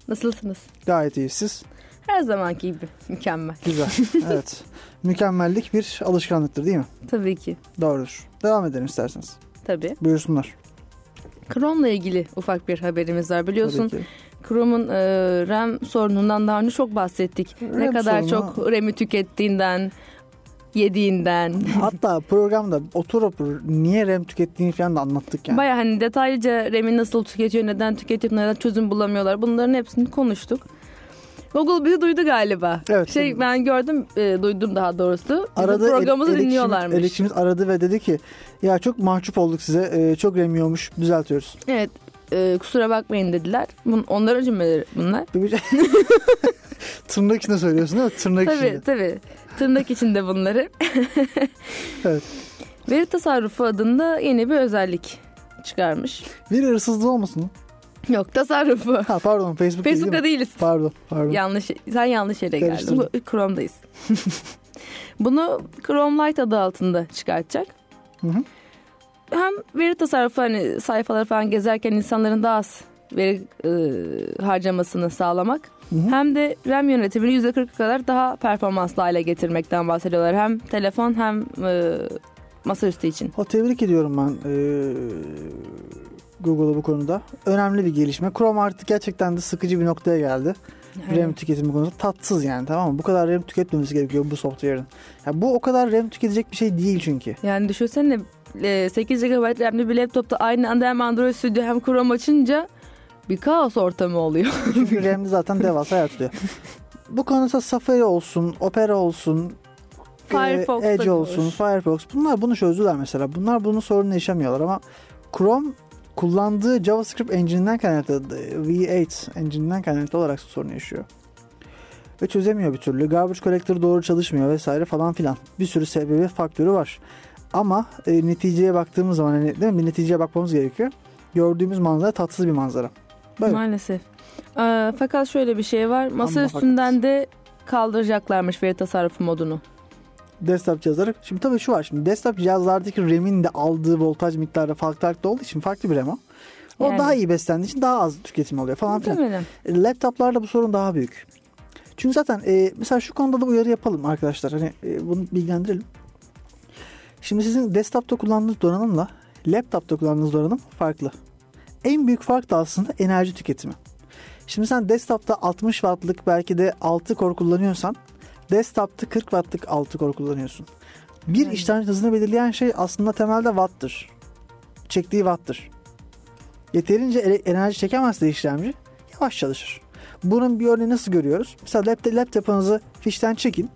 [SPEAKER 4] Nasılsınız?
[SPEAKER 3] Gayet iyi siz.
[SPEAKER 4] Her zamanki gibi mükemmel.
[SPEAKER 3] Güzel. evet. Mükemmellik bir alışkanlıktır değil mi?
[SPEAKER 4] Tabii ki.
[SPEAKER 3] Doğrudur. Devam edelim isterseniz.
[SPEAKER 4] Tabii.
[SPEAKER 3] Buyursunlar.
[SPEAKER 4] Chrome'la ilgili ufak bir haberimiz var biliyorsun.
[SPEAKER 3] Tabii ki.
[SPEAKER 4] Chrome'un e, RAM sorunundan daha önce çok bahsettik. ne
[SPEAKER 3] RAM
[SPEAKER 4] kadar
[SPEAKER 3] sorunu-
[SPEAKER 4] çok RAM'i tükettiğinden, yediğinden.
[SPEAKER 3] Hatta programda oturup niye RAM tükettiğini falan da anlattık yani.
[SPEAKER 4] Baya hani detaylıca RAM'i nasıl tüketiyor, neden tüketiyor, neden çözüm bulamıyorlar. Bunların hepsini konuştuk. Google bizi duydu galiba.
[SPEAKER 3] Evet.
[SPEAKER 4] Şey ben gördüm, e, duydum daha doğrusu. Bizim
[SPEAKER 3] Arada Ele-
[SPEAKER 4] programımızı
[SPEAKER 3] Elek Şimit-
[SPEAKER 4] dinliyorlarmış.
[SPEAKER 3] Elek Şimit aradı ve dedi ki ya çok mahcup olduk size. Ee, çok RAM yiyormuş. Düzeltiyoruz.
[SPEAKER 4] Evet, e, kusura bakmayın dediler. Bun, onların cümleleri bunlar.
[SPEAKER 3] [laughs] Tırnak içinde söylüyorsun değil mi? Tırnak
[SPEAKER 4] Tabii
[SPEAKER 3] içinde.
[SPEAKER 4] tabii. Tırnak içinde bunları.
[SPEAKER 3] [laughs] Evet.
[SPEAKER 4] Veri tasarrufu adında yeni bir özellik çıkarmış.
[SPEAKER 3] Bir hırsızlığı olmasın.
[SPEAKER 4] Yok tasarrufu.
[SPEAKER 3] Ha pardon Facebook değil
[SPEAKER 4] Facebook'ta
[SPEAKER 3] mi?
[SPEAKER 4] değiliz.
[SPEAKER 3] Pardon pardon.
[SPEAKER 4] Yanlış, sen yanlış yere geldin.
[SPEAKER 3] Karıştırdım.
[SPEAKER 4] Bu, Chrome'dayız. [laughs] Bunu Chrome Lite adı altında çıkartacak.
[SPEAKER 3] Hı hı.
[SPEAKER 4] Hem veri tasarrufu hani sayfaları falan gezerken insanların daha az veri e, harcamasını sağlamak.
[SPEAKER 3] Hı hı.
[SPEAKER 4] Hem de RAM yönetimini %40 kadar daha performanslı hale getirmekten bahsediyorlar. Hem telefon hem e, masaüstü için.
[SPEAKER 3] O tebrik ediyorum ben eee, Google'u bu konuda. Önemli bir gelişme. Chrome artık gerçekten de sıkıcı bir noktaya geldi. RAM tüketimi konusunda tatsız yani tamam mı? Bu kadar RAM tüketmemiz gerekiyor bu software'ın. Ya bu o kadar RAM tüketecek bir şey değil çünkü.
[SPEAKER 4] Yani düşünsene e, 8 GB RAM'li bir laptopta aynı anda hem Android Studio hem Chrome açınca bir kaos ortamı oluyor.
[SPEAKER 3] Çünkü RAM'de zaten devasa yer tutuyor. Bu konuda Safari olsun, Opera olsun, e,
[SPEAKER 4] Firefox'ta
[SPEAKER 3] Edge
[SPEAKER 4] da
[SPEAKER 3] olsun,
[SPEAKER 4] olur.
[SPEAKER 3] Firefox. Bunlar bunu çözdüler mesela. Bunlar bunun sorununu yaşamıyorlar ama Chrome kullandığı JavaScript engine'inden kaynaklı V8 engine'inden kaynaklı olarak sorun yaşıyor. Ve çözemiyor bir türlü. Garbage collector doğru çalışmıyor vesaire falan filan. Bir sürü sebebi faktörü var. Ama e, neticeye baktığımız zaman hani, değil mi? Bir neticeye bakmamız gerekiyor. Gördüğümüz manzara tatsız bir manzara. Böyle.
[SPEAKER 4] Maalesef. Ee, fakat şöyle bir şey var. Masa
[SPEAKER 3] Amma
[SPEAKER 4] üstünden
[SPEAKER 3] haklısın.
[SPEAKER 4] de kaldıracaklarmış veri tasarrufu modunu.
[SPEAKER 3] desktop cihazları. Şimdi tabii şu var. Şimdi desktop cihazlardaki RAM'in de aldığı voltaj miktarı farklı farklı olduğu için farklı bir RAM o. O
[SPEAKER 4] Yani.
[SPEAKER 3] daha iyi beslendiği için daha az tüketim oluyor falan filan.
[SPEAKER 4] Muhtemelen.
[SPEAKER 3] E, Laptoplarda bu sorun daha büyük. Çünkü zaten e, mesela şu konuda da uyarı yapalım arkadaşlar. Hani e, bunu bilgilendirelim. Şimdi sizin desktop'ta kullandığınız donanımla laptop'ta kullandığınız donanım farklı. En büyük fark da aslında enerji tüketimi. Şimdi sen desktop'ta 60 wattlık belki de 6 core kullanıyorsan desktop'ta 40 wattlık 6 core kullanıyorsun. Bir
[SPEAKER 4] Aynen.
[SPEAKER 3] işlemci hızını belirleyen şey aslında temelde watt'tır. Çektiği watt'tır. Yeterince ele- enerji çekemezse işlemci yavaş çalışır. Bunun bir örneği nasıl görüyoruz? Mesela laptop, laptopunuzu fişten çekin.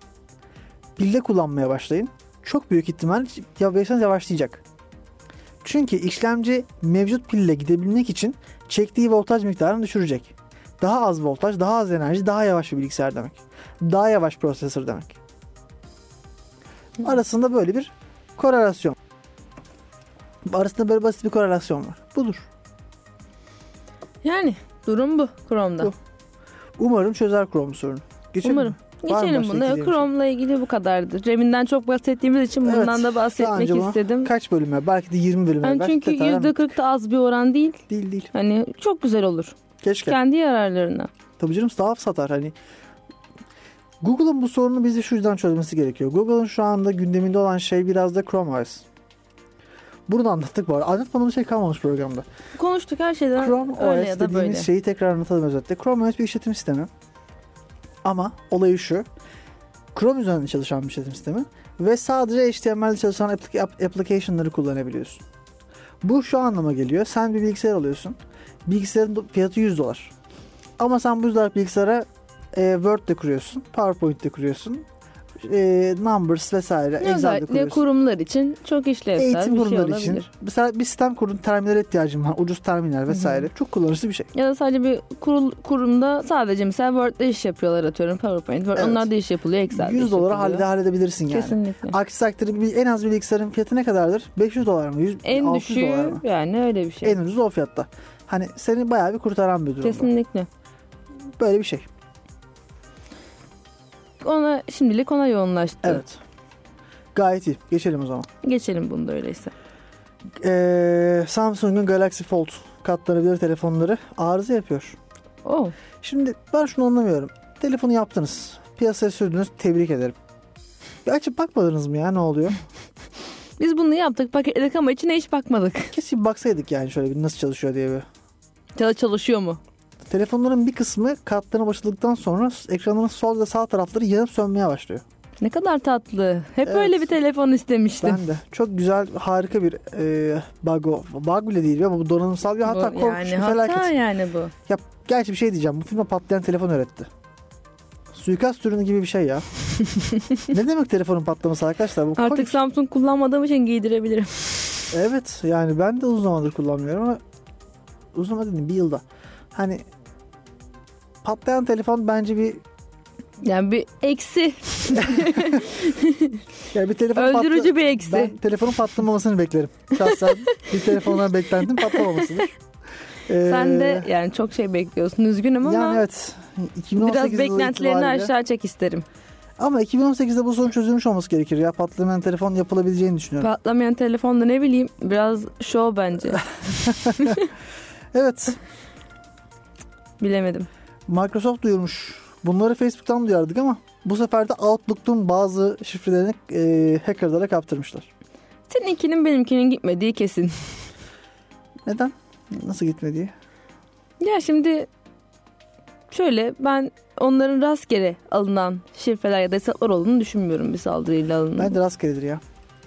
[SPEAKER 3] Pilde kullanmaya başlayın. Çok büyük ihtimal yavaşsanız yavaşlayacak. Çünkü işlemci mevcut pille gidebilmek için çektiği voltaj miktarını düşürecek. Daha az voltaj, daha az enerji, daha yavaş bir bilgisayar demek. Daha yavaş prosesör demek. Arasında böyle bir korelasyon. Arasında böyle basit bir korelasyon var. Budur.
[SPEAKER 4] Yani durum bu Chrome'da.
[SPEAKER 3] Bu. Umarım çözer Chrome sorunu. Geçelim mi?
[SPEAKER 4] Umarım.
[SPEAKER 3] Var mı
[SPEAKER 4] Geçelim
[SPEAKER 3] başka
[SPEAKER 4] bunu.
[SPEAKER 3] ekleyeceğim şey?
[SPEAKER 4] Chrome'la ilgili bu kadardı. Reminden çok bahsettiğimiz için
[SPEAKER 3] Evet,
[SPEAKER 4] bundan
[SPEAKER 3] daha
[SPEAKER 4] da bahsetmek
[SPEAKER 3] önce bu-
[SPEAKER 4] istedim.
[SPEAKER 3] Kaç bölüme? Belki de 20 bölüme.
[SPEAKER 4] Yani
[SPEAKER 3] belki
[SPEAKER 4] çünkü
[SPEAKER 3] de tamamen-
[SPEAKER 4] %40 da az bir oran değil.
[SPEAKER 3] değil değil.
[SPEAKER 4] Hani çok güzel olur.
[SPEAKER 3] Keşke.
[SPEAKER 4] Kendi yararlarına.
[SPEAKER 3] Tabii canım daha satar hani. Google'ın bu sorunu bizi şu yüzden çözmesi gerekiyor. Google'ın şu anda gündeminde olan şey biraz da Chrome OS. Bunu da anlattık bu arada. Anlatmadığımız şey kalmamış programda.
[SPEAKER 4] Konuştuk her şeyden
[SPEAKER 3] Chrome
[SPEAKER 4] öyle
[SPEAKER 3] OS
[SPEAKER 4] ya da
[SPEAKER 3] dediğimiz
[SPEAKER 4] böyle.
[SPEAKER 3] şeyi tekrar anlatalım özetle. Chrome OS bir işletim sistemi. Ama olayı şu. Chrome üzerinde çalışan bir işletim sistemi ve sadece HTML ile çalışan applica- app- application'ları kullanabiliyorsun. Bu şu anlama geliyor. Sen bir bilgisayar alıyorsun. Bilgisayarın do- fiyatı 100 dolar. Ama sen bu 100 dolarlık bilgisayara e, Word de kuruyorsun, PowerPoint de kuruyorsun, e, Numbers vesaire,
[SPEAKER 4] Ne
[SPEAKER 3] Excel de
[SPEAKER 4] Özellikle
[SPEAKER 3] kuruyorsun
[SPEAKER 4] kurumlar için çok işlevsel
[SPEAKER 3] eğitim
[SPEAKER 4] bir şey
[SPEAKER 3] kurumları
[SPEAKER 4] olabilir.
[SPEAKER 3] için. Mesela bir sistem kurun terminale ihtiyacım var. Ucuz terminal vesaire. Çok kullanışlı bir şey.
[SPEAKER 4] Ya da sadece bir kurul, kurumda sadece mesela Word'da iş yapıyorlar atıyorum PowerPoint. Word,
[SPEAKER 3] Evet.
[SPEAKER 4] Onlar da iş yapılıyor Excel'de
[SPEAKER 3] 100
[SPEAKER 4] iş
[SPEAKER 3] dolara
[SPEAKER 4] yapılıyor.
[SPEAKER 3] halde halledebilirsin yani.
[SPEAKER 4] Kesinlikle.
[SPEAKER 3] Aksi takdirde bir, en az bir bilgisayarın fiyatı ne kadardır? 500 dolar mı? 100,
[SPEAKER 4] En
[SPEAKER 3] 600 dolar
[SPEAKER 4] düşüğü
[SPEAKER 3] mı?
[SPEAKER 4] yani öyle bir şey.
[SPEAKER 3] En ucuz o fiyatta. Hani seni bayağı bir kurtaran bir durum. bu.
[SPEAKER 4] Kesinlikle.
[SPEAKER 3] Böyle bir şey.
[SPEAKER 4] Ona şimdilik ona yoğunlaştı.
[SPEAKER 3] Evet. Gayet iyi. Geçelim o zaman.
[SPEAKER 4] Geçelim bunu da öyleyse.
[SPEAKER 3] Ee, Samsung'un Galaxy Fold katlanabilir telefonları arıza yapıyor.
[SPEAKER 4] Oo.
[SPEAKER 3] Şimdi ben şunu anlamıyorum. Telefonu yaptınız. Piyasaya sürdünüz. Tebrik ederim. Bir açıp bakmadınız mı ya ne
[SPEAKER 4] [laughs]
[SPEAKER 3] oluyor?
[SPEAKER 4] Biz bunu yaptık paketledik ama içine hiç bakmadık. [laughs]
[SPEAKER 3] Keşke bir baksaydık yani şöyle bir nasıl çalışıyor diye bir.
[SPEAKER 4] Ya da çalışıyor mu?
[SPEAKER 3] Telefonların bir kısmı katlarına başladıktan sonra ekranların sol ve sağ tarafları yanıp sönmeye başlıyor.
[SPEAKER 4] Ne kadar tatlı. Hep
[SPEAKER 3] Evet.
[SPEAKER 4] öyle bir telefon istemiştim.
[SPEAKER 3] Ben de. Çok güzel, harika bir e, bug o. Bug bile değil ama bu donanımsal bir hata.
[SPEAKER 4] Bu-
[SPEAKER 3] korkunç
[SPEAKER 4] yani
[SPEAKER 3] bir felaket.
[SPEAKER 4] hata yani bu.
[SPEAKER 3] Ya gerçi bir şey diyeceğim. Bu firma patlayan telefon üretti. Suikast ürünü gibi bir şey
[SPEAKER 4] [laughs]
[SPEAKER 3] ya. ne demek telefonun patlaması arkadaşlar? Bu
[SPEAKER 4] Artık
[SPEAKER 3] komik.
[SPEAKER 4] Samsung kullanmadığım için giydirebilirim. [laughs]
[SPEAKER 3] Evet yani ben de uzun zamandır kullanmıyorum ama uzun zamandır dedim bir yılda. Hani patlayan telefon bence bir
[SPEAKER 4] Yani bir eksi.
[SPEAKER 3] yani bir telefon
[SPEAKER 4] Öldürücü bir eksi.
[SPEAKER 3] Ben telefonun patlamamasını beklerim.
[SPEAKER 4] [laughs]
[SPEAKER 3] Şahsen bir telefondan beklentim patlamamasıdır. Ee,
[SPEAKER 4] Sen de yani çok şey bekliyorsun. Üzgünüm ama
[SPEAKER 3] yani evet. 2018
[SPEAKER 4] biraz
[SPEAKER 3] yılı
[SPEAKER 4] beklentilerini
[SPEAKER 3] itibariyle-
[SPEAKER 4] aşağı çek isterim.
[SPEAKER 3] Ama 2018'de bu sorun çözülmüş olması gerekir ya. Patlamayan telefon yapılabileceğini düşünüyorum.
[SPEAKER 4] Patlamayan telefonla ne bileyim biraz
[SPEAKER 3] [laughs]
[SPEAKER 4] şov bence.
[SPEAKER 3] evet.
[SPEAKER 4] Bilemedim.
[SPEAKER 3] Microsoft duyurmuş. Bunları Facebook'tan duyardık ama bu sefer de Outlook'un bazı şifrelerini e, hackerlara kaptırmışlar.
[SPEAKER 4] Seninkinin benimkinin gitmediği kesin.
[SPEAKER 3] Neden? Nasıl gitmediği?
[SPEAKER 4] Ya şimdi şöyle ben onların rastgele alınan şifreler ya da hesaplar olduğunu düşünmüyorum bir saldırıyla alınan.
[SPEAKER 3] Bence rastgeledir ya.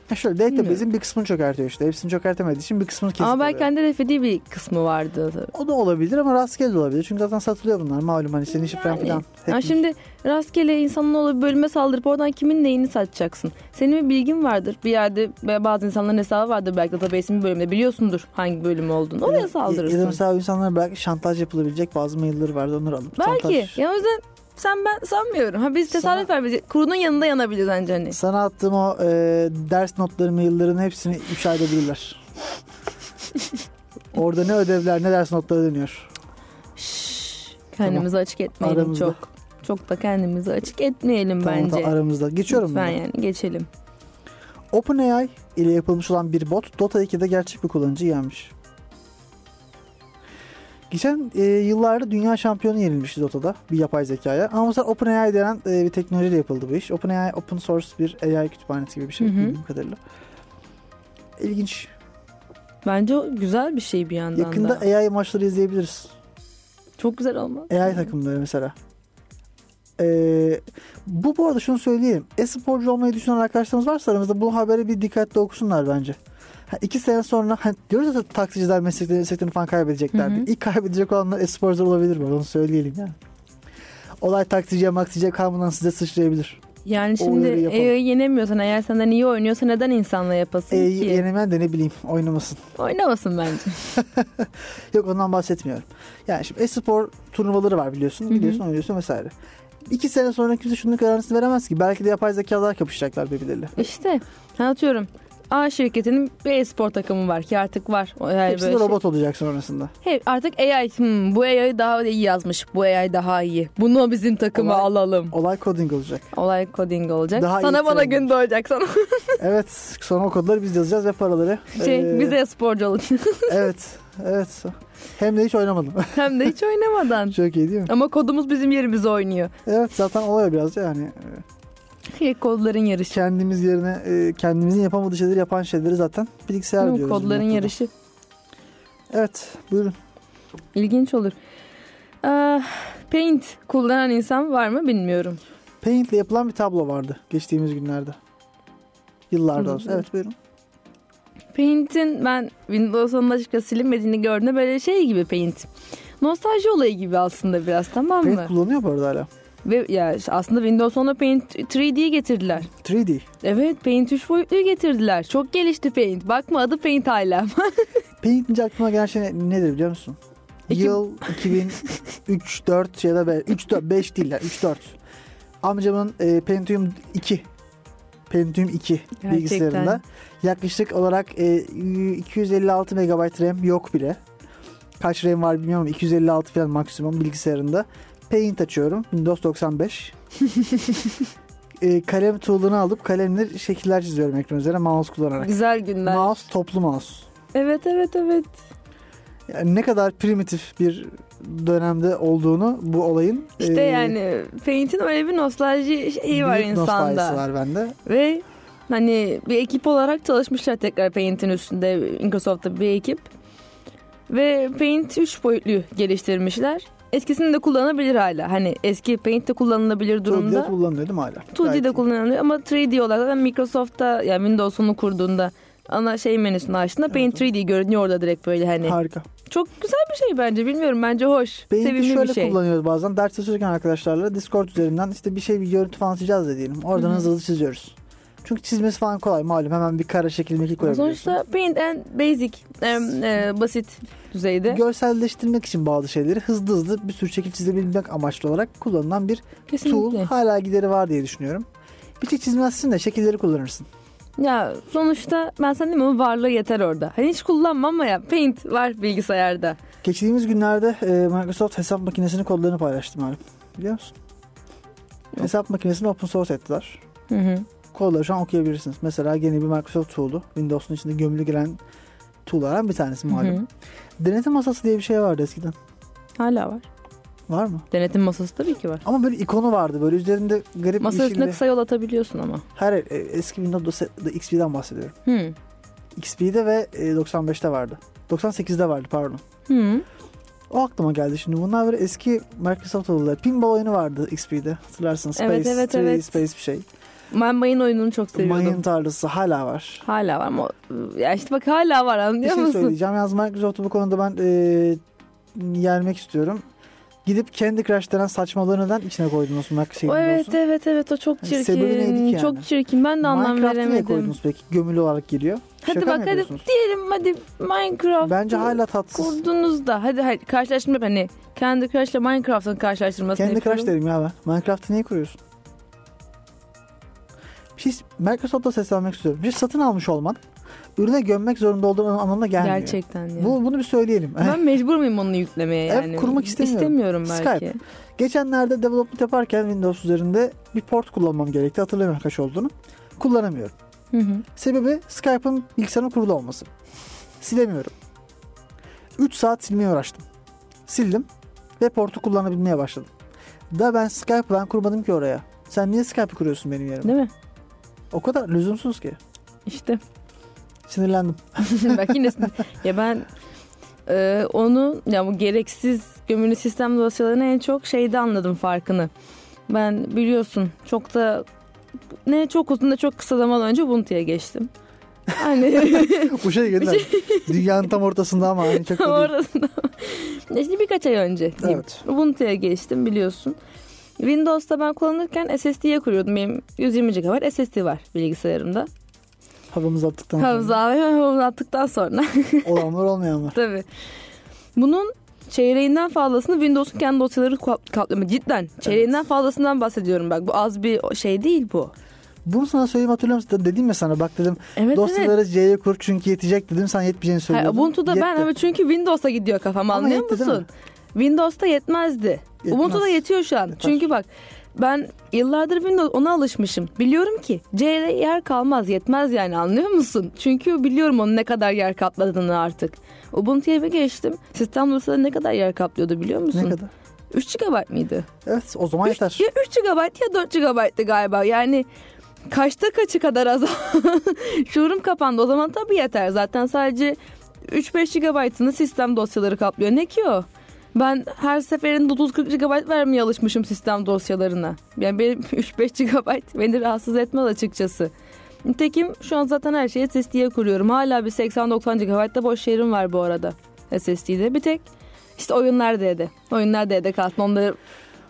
[SPEAKER 3] Ha şöyle database'in bir kısmını çökertiyor işte. Hepsini çökertemediği için bir kısmını kesip
[SPEAKER 4] Ama
[SPEAKER 3] alıyor.
[SPEAKER 4] belki kendi defediği bir kısmı vardı.
[SPEAKER 3] O da olabilir ama rastgele de olabilir. Çünkü zaten satılıyor bunlar malum hani senin şifren
[SPEAKER 4] Yani.
[SPEAKER 3] falan.
[SPEAKER 4] Ya
[SPEAKER 3] Hep-
[SPEAKER 4] şimdi rastgele insanın olup bölüme saldırıp oradan kimin neyini satacaksın? Senin bir bilgin vardır. Bir yerde veya bazı insanların hesabı vardır belki database'in bir bölümünde. Biliyorsundur hangi bölüm olduğunu. Oraya
[SPEAKER 3] Ya da
[SPEAKER 4] saldırırsın.
[SPEAKER 3] mesela insanlara belki şantaj yapılabilecek bazı mailleri vardı onları alıp
[SPEAKER 4] Belki.
[SPEAKER 3] şantaj-
[SPEAKER 4] Ya o yüzden sen ben sanmıyorum. Ha biz tesadüf vermeyiz. Kurunun yanında yanabiliriz bence hani.
[SPEAKER 3] Sana attığım o e, ders notları maillerinin hepsini ifşa
[SPEAKER 4] [laughs]
[SPEAKER 3] edebilirler. Orada ne ödevler ne ders notları dönüyor.
[SPEAKER 4] Şşş, kendimizi açık etmeyelim
[SPEAKER 3] Aramızda.
[SPEAKER 4] çok. Çok da kendimizi açık etmeyelim
[SPEAKER 3] Tamam,
[SPEAKER 4] bence.
[SPEAKER 3] tamam, aramızda. Geçiyorum
[SPEAKER 4] Lütfen
[SPEAKER 3] ben.
[SPEAKER 4] yani geçelim.
[SPEAKER 3] OpenAI ile yapılmış olan bir bot Dota 2'de gerçek bir kullanıcı yenmiş. Geçen e, yıllarda dünya şampiyonu yenilmişti Dota'da bir yapay zekaya. Ama mesela OpenAI denen e, bir teknolojiyle yapıldı bu iş. OpenAI open source bir AI kütüphanesi gibi bir şey
[SPEAKER 4] Hı hı.
[SPEAKER 3] bildiğim kadarıyla. İlginç.
[SPEAKER 4] Bence o güzel bir şey bir yandan
[SPEAKER 3] Yakında
[SPEAKER 4] da.
[SPEAKER 3] AI maçları izleyebiliriz.
[SPEAKER 4] Çok güzel olmaz.
[SPEAKER 3] AI E takımları mesela. Ee, bu bu arada şunu söyleyeyim. E-sporcu olmayı düşünen arkadaşlarımız varsa aramızda bu haberi bir dikkatli okusunlar bence. Ha, iki sene sonra hani diyoruz ya taksiciler mesleklerini, mesleklerini falan kaybedecekler
[SPEAKER 4] Hı hı.
[SPEAKER 3] diye. İlk kaybedecek olanlar e-sporcular olabilir bu. arada, Onu söyleyelim yani. Olay taksiciye maksiciye kalmadan size sıçrayabilir.
[SPEAKER 4] Yani
[SPEAKER 3] O
[SPEAKER 4] şimdi
[SPEAKER 3] uyarıyı yapalım.
[SPEAKER 4] AI'yi yenemiyorsan eğer senden iyi oynuyorsa neden insanla yapasın
[SPEAKER 3] E,
[SPEAKER 4] ki?
[SPEAKER 3] yenemeyen de ne bileyim oynamasın. [laughs]
[SPEAKER 4] Oynamasın bence.
[SPEAKER 3] Yok ondan bahsetmiyorum. Yani şimdi e-spor turnuvaları var biliyorsun.
[SPEAKER 4] hı.
[SPEAKER 3] Biliyorsun oynuyorsun vesaire. İki sene sonra kimse şunun kararını veremez ki. Belki de yapay zekalar kapışacaklar birbirleriyle.
[SPEAKER 4] işte ha, atıyorum A şirketinin bir e-spor takımı var ki artık var. O Yani
[SPEAKER 3] Hepsi de
[SPEAKER 4] böyle şey-
[SPEAKER 3] robot olacak sonrasında.
[SPEAKER 4] Hep artık AI hmm, bu AI daha iyi yazmış. Bu AI daha iyi. Bunu bizim takıma
[SPEAKER 3] Olay-
[SPEAKER 4] alalım.
[SPEAKER 3] Olay coding
[SPEAKER 4] [laughs]
[SPEAKER 3] olacak.
[SPEAKER 4] Olay coding olacak.
[SPEAKER 3] Daha iyi
[SPEAKER 4] sana bana
[SPEAKER 3] training.
[SPEAKER 4] gün
[SPEAKER 3] [laughs]
[SPEAKER 4] doğacak sana.
[SPEAKER 3] evet sonra o kodları biz yazacağız ve paraları.
[SPEAKER 4] Şey,
[SPEAKER 3] eee,
[SPEAKER 4] bize sporcu olun.
[SPEAKER 3] [laughs] Evet. Evet. Hem de hiç oynamadım.
[SPEAKER 4] [laughs]
[SPEAKER 3] [laughs]
[SPEAKER 4] Hem de hiç oynamadan.
[SPEAKER 3] Çok iyi değil mi?
[SPEAKER 4] Ama kodumuz bizim yerimize oynuyor.
[SPEAKER 3] Evet zaten oluyor biraz yani. eee,
[SPEAKER 4] Hey, Kodların yarışı.
[SPEAKER 3] Kendimiz yerine eee, kendimizin yapamadığı şeyleri yapan şeyleri zaten bilgisayar
[SPEAKER 4] Değil mi?
[SPEAKER 3] diyoruz. bu
[SPEAKER 4] Kodların
[SPEAKER 3] noktada.
[SPEAKER 4] yarışı.
[SPEAKER 3] Evet buyurun.
[SPEAKER 4] İlginç olur. Ah, paint kullanan insan var mı bilmiyorum.
[SPEAKER 3] Paint'le yapılan bir tablo vardı geçtiğimiz günlerde. Yıllarda
[SPEAKER 4] Hı,
[SPEAKER 3] olsun.
[SPEAKER 4] evet.
[SPEAKER 3] Evet buyurun.
[SPEAKER 4] Paint'in ben Windows 10'un açıkçası silinmediğini gördüğümde böyle şey gibi Paint. Nostalji olayı gibi aslında biraz tamam mı?
[SPEAKER 3] Paint kullanıyor bu arada hala.
[SPEAKER 4] Ve ya işte aslında Windows 10'a Paint 3D getirdiler.
[SPEAKER 3] 3D.
[SPEAKER 4] Evet Paint 3 boyutlu getirdiler. Çok gelişti Paint. Bakma adı Paint hala. [laughs]
[SPEAKER 3] Paint'ince aklıma gelen şey ne- nedir biliyor musun?
[SPEAKER 4] İki-
[SPEAKER 3] Yıl 2003 4 ya da 3 4 5 değil ya 3 4. Amcamın e, Pentium 2 Pentium 2
[SPEAKER 4] Gerçekten.
[SPEAKER 3] bilgisayarında yaklaşık olarak e, 256 MB RAM yok bile. Kaç RAM var bilmiyorum ama 256
[SPEAKER 4] [laughs]
[SPEAKER 3] falan maksimum bilgisayarında. Paint açıyorum Windows 95. e, kalem tuğlunu alıp kalemle şekiller çiziyorum ekran üzerine mouse kullanarak.
[SPEAKER 4] Güzel günler.
[SPEAKER 3] Mouse toplu mouse.
[SPEAKER 4] Evet evet evet.
[SPEAKER 3] Yani ne kadar primitif bir dönemde olduğunu bu olayın
[SPEAKER 4] İşte
[SPEAKER 3] e,
[SPEAKER 4] yani Paint'in öyle bir nostalji şeyi var
[SPEAKER 3] büyük
[SPEAKER 4] insanda.
[SPEAKER 3] nostaljisi var bende.
[SPEAKER 4] Ve hani bir ekip olarak çalışmışlar tekrar Paint'in üstünde. Microsoft'ta bir ekip. Ve Paint 3 boyutlu geliştirmişler. Eskisini de kullanabilir hala. Hani eski Paint de kullanılabilir
[SPEAKER 3] 2D'de
[SPEAKER 4] durumda.
[SPEAKER 3] kullanılıyor değil mi hala?
[SPEAKER 4] 2D'de
[SPEAKER 3] Gayet iyi.
[SPEAKER 4] kullanılıyor ama 3D olarak zaten Microsoft'ta yani Windows'unu kurduğunda ana şey menüsünü açtığında Paint 3D görünüyor orada direkt böyle hani.
[SPEAKER 3] Harika.
[SPEAKER 4] Çok güzel bir şey bence bilmiyorum bence hoş.
[SPEAKER 3] Beyin'i
[SPEAKER 4] sevimli
[SPEAKER 3] şöyle
[SPEAKER 4] bir şey.
[SPEAKER 3] kullanıyoruz bazen. Ders çalışırken arkadaşlarla Discord üzerinden işte bir şey bir görüntü falan çizeceğiz de diyelim. Oradan
[SPEAKER 4] Hı hı.
[SPEAKER 3] hızlı hızlı çiziyoruz. Çünkü çizmesi falan kolay malum. Hemen bir kare şekil mekil koyabiliyorsun.
[SPEAKER 4] Sonuçta Paint and Basic em, e, basit düzeyde.
[SPEAKER 3] Görselleştirmek için bazı şeyleri hızlı hızlı bir sürü şekil çizebilmek amaçlı olarak kullanılan bir tool.
[SPEAKER 4] Kesinlikle.
[SPEAKER 3] Hala gideri var diye düşünüyorum. Bir şey çizmezsin de şekilleri kullanırsın.
[SPEAKER 4] Ya sonuçta ben sana diyeyim mi varlığı yeter orada. Hani hiç kullanmam ama ya Paint var bilgisayarda.
[SPEAKER 3] Geçtiğimiz günlerde e, Microsoft hesap makinesinin kodlarını paylaştı malum. Biliyor musun?
[SPEAKER 4] Yok.
[SPEAKER 3] Hesap makinesini open source ettiler.
[SPEAKER 4] Hı hı.
[SPEAKER 3] kodları şu an okuyabilirsiniz. Mesela yeni bir Microsoft tool'u. Windows'un içinde gömülü giren tool'lardan bir tanesi
[SPEAKER 4] Hı
[SPEAKER 3] malum.
[SPEAKER 4] hı.
[SPEAKER 3] Denetim masası diye bir şey vardı eskiden.
[SPEAKER 4] Hala var.
[SPEAKER 3] Var mı?
[SPEAKER 4] Denetim masası tabii ki var.
[SPEAKER 3] Ama böyle ikonu vardı. Böyle üzerinde garip
[SPEAKER 4] Masa
[SPEAKER 3] yeşil
[SPEAKER 4] üstüne
[SPEAKER 3] ve-
[SPEAKER 4] kısa yol atabiliyorsun ama.
[SPEAKER 3] Her e, eski Windows'da XP'den bahsediyorum.
[SPEAKER 4] Hı.
[SPEAKER 3] XP'de ve e, 95'te vardı. 98'de vardı pardon.
[SPEAKER 4] Hı.
[SPEAKER 3] O aklıma geldi şimdi. Bunlar böyle eski Microsoft tool'lar. Pinball oyunu vardı XP'de. Hatırlarsınız. Space,
[SPEAKER 4] Evet, evet,
[SPEAKER 3] 3D
[SPEAKER 4] evet.
[SPEAKER 3] Space bir şey.
[SPEAKER 4] Ben mayın oyununu çok seviyordum.
[SPEAKER 3] Mayın tarlası hala var.
[SPEAKER 4] Hala var ama ya işte bak hala var
[SPEAKER 3] Bir
[SPEAKER 4] anlıyor
[SPEAKER 3] şey
[SPEAKER 4] musun?
[SPEAKER 3] söyleyeceğim. Yalnız Microsoft'u bu konuda ben e, yermek istiyorum. Gidip Candy Crush denen saçmalığı neden içine koydunuz Şey, Mac şeyin
[SPEAKER 4] O evet
[SPEAKER 3] olsun?
[SPEAKER 4] evet evet o çok
[SPEAKER 3] Yani Hani sebebi
[SPEAKER 4] çirkin.
[SPEAKER 3] neydi ki yani?
[SPEAKER 4] Çok çirkin. Ben de anlam
[SPEAKER 3] Minecraft'ı niye
[SPEAKER 4] veremedim.
[SPEAKER 3] koydunuz peki? Gömülü olarak geliyor.
[SPEAKER 4] Hadi
[SPEAKER 3] Şaka mı
[SPEAKER 4] bak, hadi.
[SPEAKER 3] yapıyorsunuz?
[SPEAKER 4] Diyelim hadi Minecraft.
[SPEAKER 3] Bence hala tatsız.
[SPEAKER 4] kurdunuz da hadi hadi karşılaştırma hani Candy Crush ile Minecraft'ın karşılaştırmasını
[SPEAKER 3] Candy
[SPEAKER 4] yapıyorum.
[SPEAKER 3] Crush derim ya ben. Minecraft'ı niye kuruyorsun? Bir şey Microsoft'a seslenmek istiyorum. Bir şey satın almış olman ürüne gömmek zorunda olduğun anlamına gelmiyor.
[SPEAKER 4] Gerçekten ya.
[SPEAKER 3] Bu, bunu bir söyleyelim. [laughs]
[SPEAKER 4] Ben mecbur muyum onu yüklemeye
[SPEAKER 3] Evet,
[SPEAKER 4] yani?
[SPEAKER 3] kurmak istemiyorum.
[SPEAKER 4] İstemiyorum belki.
[SPEAKER 3] Skype. Geçenlerde development yaparken Windows üzerinde bir port kullanmam gerekti. Hatırlamıyorum kaç olduğunu. Kullanamıyorum.
[SPEAKER 4] Hı hı.
[SPEAKER 3] Sebebi Skype'ın bilgisayarın kurulu olması. [laughs] Silemiyorum. 3 saat silmeye uğraştım. Sildim ve portu kullanabilmeye başladım. Da ben Skype ben kurmadım ki oraya. Sen niye Skype'ı kuruyorsun benim yerime?
[SPEAKER 4] Değil mi?
[SPEAKER 3] O kadar lüzumsuz ki.
[SPEAKER 4] İşte. [laughs]
[SPEAKER 3] [laughs] Sinirlendim.
[SPEAKER 4] Bak yine ya ben e, onu ya bu gereksiz gömülü sistem dosyalarını en çok şeyde anladım farkını. Ben biliyorsun çok da ne çok uzun ne çok kısa zaman önce Ubuntu'ya geçtim.
[SPEAKER 3] [laughs]
[SPEAKER 4] Hani [laughs]
[SPEAKER 3] Bu şey gönder. Dünyanın tam ortasında ama aynı çok da değil.
[SPEAKER 4] Orasında. Şimdi birkaç ay önce diyeyim.
[SPEAKER 3] Evet.
[SPEAKER 4] Ubuntu'ya geçtim biliyorsun. Windows'ta ben kullanırken SSD'ye kuruyordum. Benim 120 GB SSD var bilgisayarımda.
[SPEAKER 3] Havamızı attıktan [laughs]
[SPEAKER 4] Hafıza
[SPEAKER 3] sonra.
[SPEAKER 4] [laughs] ve attıktan sonra. [laughs]
[SPEAKER 3] Olanlar olmayanlar.
[SPEAKER 4] Tabii. Bunun çeyreğinden fazlasını Windows'un kendi dosyaları kap- kaplıyor. Cidden. Çeyreğinden fazlasından bahsediyorum bak. Bu az bir şey değil bu.
[SPEAKER 3] Bunu sana söyleyeyim hatırlıyor musun? Dedim ya sana bak dedim.
[SPEAKER 4] Evet evet.
[SPEAKER 3] Dosyaları C'ye kur çünkü yetecek dedim. Sen yetmeyeceğini
[SPEAKER 4] Hayır,
[SPEAKER 3] söylüyordun.
[SPEAKER 4] Ubuntu'da ben
[SPEAKER 3] Yetti.
[SPEAKER 4] ama çünkü Windows'a gidiyor kafam
[SPEAKER 3] Ama
[SPEAKER 4] anlıyor
[SPEAKER 3] yetti değil
[SPEAKER 4] musun? Windows'ta yetmezdi.
[SPEAKER 3] Yetmez.
[SPEAKER 4] Ubuntu'da yetiyor şu an.
[SPEAKER 3] Yeter.
[SPEAKER 4] Çünkü bak ben yıllardır Windows ona alışmışım. Biliyorum ki C'ye yer kalmaz yetmez yani anlıyor musun? Çünkü biliyorum onun ne kadar yer kapladığını artık. Ubuntu'ya bir geçtim. Sistem dosyaları ne kadar yer kaplıyordu biliyor musun?
[SPEAKER 3] Ne kadar?
[SPEAKER 4] 3 GB mıydı?
[SPEAKER 3] Evet o zaman yeter.
[SPEAKER 4] Ya 3 GB ya 4 GB'tı galiba. Yani kaçta kaçı kadar az [laughs] şuurum kapandı. O zaman tabii yeter. Zaten sadece 3-5 GB'ını sistem dosyaları kaplıyor. Ne ki o? Ben her seferinde 30-40 GB vermeye alışmışım sistem dosyalarına. Yani benim [laughs] 3-5 GB beni rahatsız etmez açıkçası. Nitekim şu an zaten her şeyi SSD'ye kuruyorum. Hala bir 80-90 GB'da boş yerim var bu arada SSD'de. Bir tek işte oyunlar D'de. Oyunlar D'de kalsın. Onları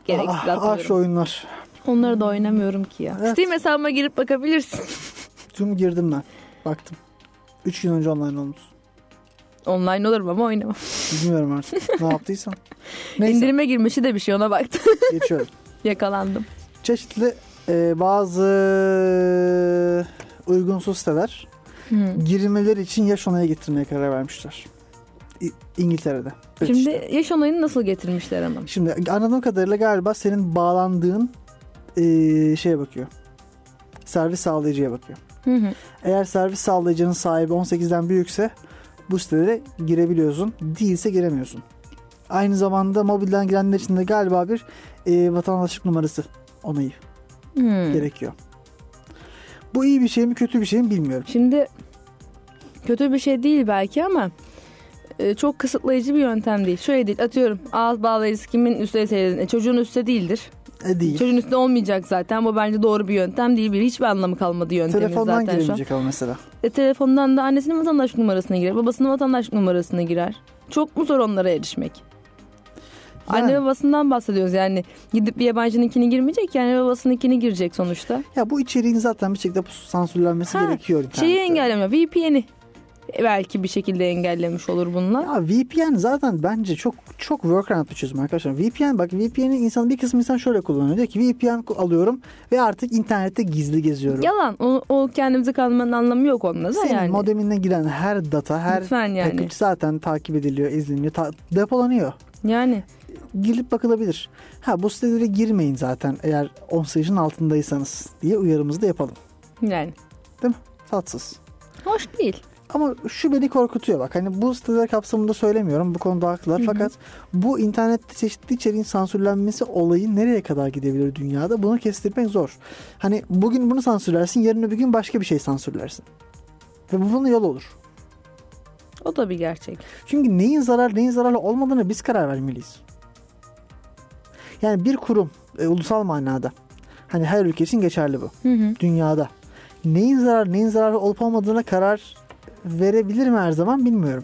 [SPEAKER 4] gereksiz
[SPEAKER 3] ah, ah
[SPEAKER 4] atmıyorum.
[SPEAKER 3] şu oyunlar.
[SPEAKER 4] Onları da oynamıyorum ki ya.
[SPEAKER 3] Evet.
[SPEAKER 4] Steam hesabıma girip bakabilirsin. [laughs]
[SPEAKER 3] Tüm girdim ben. Baktım. 3 gün önce online olmuş.
[SPEAKER 4] Online olurum ama oynamam.
[SPEAKER 3] Bilmiyorum
[SPEAKER 4] [laughs]
[SPEAKER 3] artık. ne yaptıysam. Neyse
[SPEAKER 4] İndirime girmişi de bir şey ona baktım. [laughs]
[SPEAKER 3] geçiyorum.
[SPEAKER 4] Yakalandım.
[SPEAKER 3] Çeşitli e, bazı uygunsuz siteler girmeler için yaş onaya getirmeye karar vermişler. İ- İngiltere'de. British'te.
[SPEAKER 4] Şimdi yaş onayını nasıl getirmişler ama?
[SPEAKER 3] Şimdi anladığım kadarıyla galiba senin bağlandığın e, şeye bakıyor. servis sağlayıcıya bakıyor.
[SPEAKER 4] Hı hı.
[SPEAKER 3] Eğer servis sağlayıcının sahibi 18'den büyükse bu sitelere girebiliyorsun. Değilse giremiyorsun. Aynı zamanda mobilden girenler için de galiba bir e, vatandaşlık numarası onayı
[SPEAKER 4] Hmm.
[SPEAKER 3] gerekiyor. Bu iyi bir şey mi kötü bir şey mi bilmiyorum.
[SPEAKER 4] Şimdi kötü bir şey değil belki ama e, çok kısıtlayıcı bir yöntem değil. Şöyle değil atıyorum ağız bağlayıcısı kimin üstüne seyredin. E, çocuğun üstü değildir.
[SPEAKER 3] E, değil.
[SPEAKER 4] Çocuğun üstüne olmayacak zaten. Bu bence doğru bir yöntem değil. Bir hiçbir anlamı kalmadı yöntemin
[SPEAKER 3] Telefondan
[SPEAKER 4] zaten şu an.
[SPEAKER 3] giremeyecek ama mesela.
[SPEAKER 4] E, telefondan da annesinin vatandaşlık numarasına girer. Babasının vatandaşlık numarasına girer. Çok mu zor onlara erişmek?
[SPEAKER 3] Yani.
[SPEAKER 4] Anne babasından bahsediyoruz yani. Gidip bir yabancınınkini girmeyecek yani babasınınkini girecek sonuçta.
[SPEAKER 3] Ya bu içeriğin zaten bir şekilde sansürlenmesi
[SPEAKER 4] Ha, şey
[SPEAKER 3] gerekiyor. internette.
[SPEAKER 4] Şeyi engellemiyor. VPN'i belki bir şekilde engellemiş olur bununla.
[SPEAKER 3] Ya VPN zaten bence çok çok workaround bir çözüm arkadaşlar. VPN bak VPN'i insan bir kısmı insan şöyle kullanıyor. Diyor ki VPN alıyorum ve artık internette gizli geziyorum.
[SPEAKER 4] Yalan. O, o kendimizi kandırmanın anlamı yok onunla da
[SPEAKER 3] Senin
[SPEAKER 4] yani.
[SPEAKER 3] modeminle giren her data, her
[SPEAKER 4] Lütfen yani.
[SPEAKER 3] package zaten takip ediliyor, izleniyor, ta- depolanıyor.
[SPEAKER 4] Yani.
[SPEAKER 3] Girilip bakılabilir. Ha bu sitelere girmeyin zaten eğer 18 yaşın altındaysanız diye uyarımızı da yapalım.
[SPEAKER 4] Yani.
[SPEAKER 3] Tatsız.
[SPEAKER 4] Hoş değil.
[SPEAKER 3] Ama şu beni korkutuyor bak. Hani bu siteler kapsamında söylemiyorum. Bu konuda haklılar.
[SPEAKER 4] Hı hı.
[SPEAKER 3] Fakat bu internette çeşitli içeriğin sansürlenmesi olayı nereye kadar gidebilir dünyada? Bunu kestirmek zor. Hani bugün bunu sansürlersin. Yarın öbür gün başka bir şey sansürlersin. Ve bu buna yol olur.
[SPEAKER 4] O da bir gerçek.
[SPEAKER 3] Çünkü neyin zarar neyin zararlı olmadığını biz karar vermeliyiz. Yani bir kurum e, ulusal manada hani her ülke için geçerli bu
[SPEAKER 4] Hı hı.
[SPEAKER 3] dünyada. Neyin zarar neyin zararlı olup olmadığına karar verebilir mi her zaman bilmiyorum.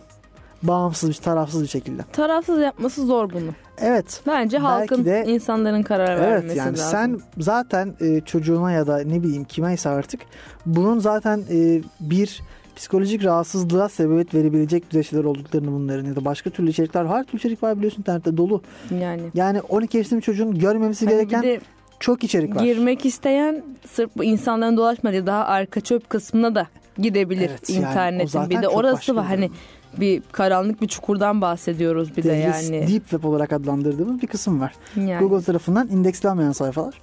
[SPEAKER 3] Bağımsız bir tarafsız bir şekilde.
[SPEAKER 4] Tarafsız yapması zor bunu.
[SPEAKER 3] Evet. Belki
[SPEAKER 4] Bence halkın,
[SPEAKER 3] de-
[SPEAKER 4] insanların karar
[SPEAKER 3] Evet
[SPEAKER 4] vermesi
[SPEAKER 3] yani
[SPEAKER 4] lazım.
[SPEAKER 3] sen zaten e, çocuğuna ya da ne bileyim kimeyse artık bunun zaten e, bir psikolojik rahatsızlığa sebebiyet verebilecek düzeyler olduklarını bunların ya da başka türlü içerikler var. Her türlü içerik var biliyorsun internette dolu.
[SPEAKER 4] Yani.
[SPEAKER 3] Yani 12 yaşında bir çocuğun görmemesi
[SPEAKER 4] Hani
[SPEAKER 3] gereken
[SPEAKER 4] bir de
[SPEAKER 3] çok içerik var.
[SPEAKER 4] girmek isteyen sırf bu insanların dolaşmadığı daha arka çöp kısmına da gidebilir
[SPEAKER 3] Evet, yani o
[SPEAKER 4] internetin.
[SPEAKER 3] zaten
[SPEAKER 4] bir de
[SPEAKER 3] çok başka
[SPEAKER 4] orası var
[SPEAKER 3] bir
[SPEAKER 4] hani bir karanlık bir çukurdan bahsediyoruz bir de
[SPEAKER 3] Deriz,
[SPEAKER 4] yani.
[SPEAKER 3] Deep web olarak adlandırdığımız bir kısım var.
[SPEAKER 4] yani.
[SPEAKER 3] Google tarafından indekslenmeyen sayfalar.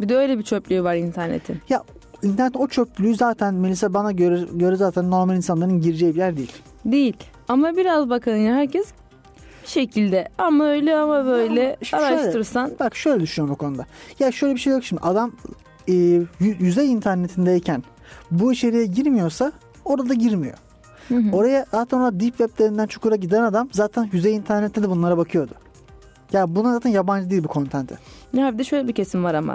[SPEAKER 4] Bir de öyle bir çöplüğü var internetin.
[SPEAKER 3] Ya internet o çöplüğü zaten Melisa bana göre, göre zaten normal insanların gireceği bir yer değil.
[SPEAKER 4] Değil. Ama biraz bakın ya herkes bir şekilde ama öyle ama böyle
[SPEAKER 3] şimdi şöyle-
[SPEAKER 4] araştırsan
[SPEAKER 3] Bak şöyle düşünüyorum o konuda. Ya şöyle bir şey yok şimdi. Adam e, yü- yüzey internetindeyken bu içeriğe girmiyorsa orada da girmiyor.
[SPEAKER 4] Hı hı.
[SPEAKER 3] Oraya zaten ona deep web denilen çukura giden adam zaten yüzey internette de bunlara bakıyordu. Ya buna zaten yabancı değil bu kontente.
[SPEAKER 4] ya bir de şöyle bir kesim var ama.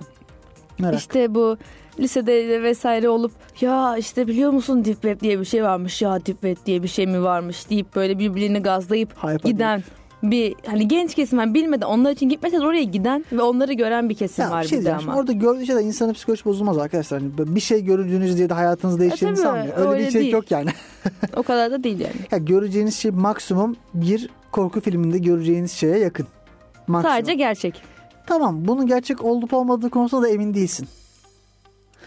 [SPEAKER 3] Merak.
[SPEAKER 4] İşte bu lisede vesaire olup ya işte biliyor musun Deep Web diye bir şey varmış ya Deep Web diye bir şey mi varmış deyip böyle birbirini gazlayıp
[SPEAKER 3] Hype
[SPEAKER 4] giden bir hani genç kesim hani bilmeden onlar için gitmese de oraya giden ve onları gören bir kesim
[SPEAKER 3] Ya
[SPEAKER 4] var
[SPEAKER 3] bir şey
[SPEAKER 4] bir de
[SPEAKER 3] diyeceğim.
[SPEAKER 4] ama.
[SPEAKER 3] Şimdi Orada gördüğü şeyler insanın psikolojisi bozulmaz arkadaşlar. Hani bir şey gördüğünüz diye de hayatınız değişeceğini
[SPEAKER 4] E, tabii,
[SPEAKER 3] sanmıyor. Öyle,
[SPEAKER 4] öyle
[SPEAKER 3] bir şey
[SPEAKER 4] değil.
[SPEAKER 3] yok yani. [laughs]
[SPEAKER 4] O kadar da değil yani.
[SPEAKER 3] ya göreceğiniz şey maksimum bir korku filminde göreceğiniz şeye yakın. Maksimum.
[SPEAKER 4] Sadece gerçek.
[SPEAKER 3] Tamam bunun gerçek olup olmadığı konusunda da emin değilsin.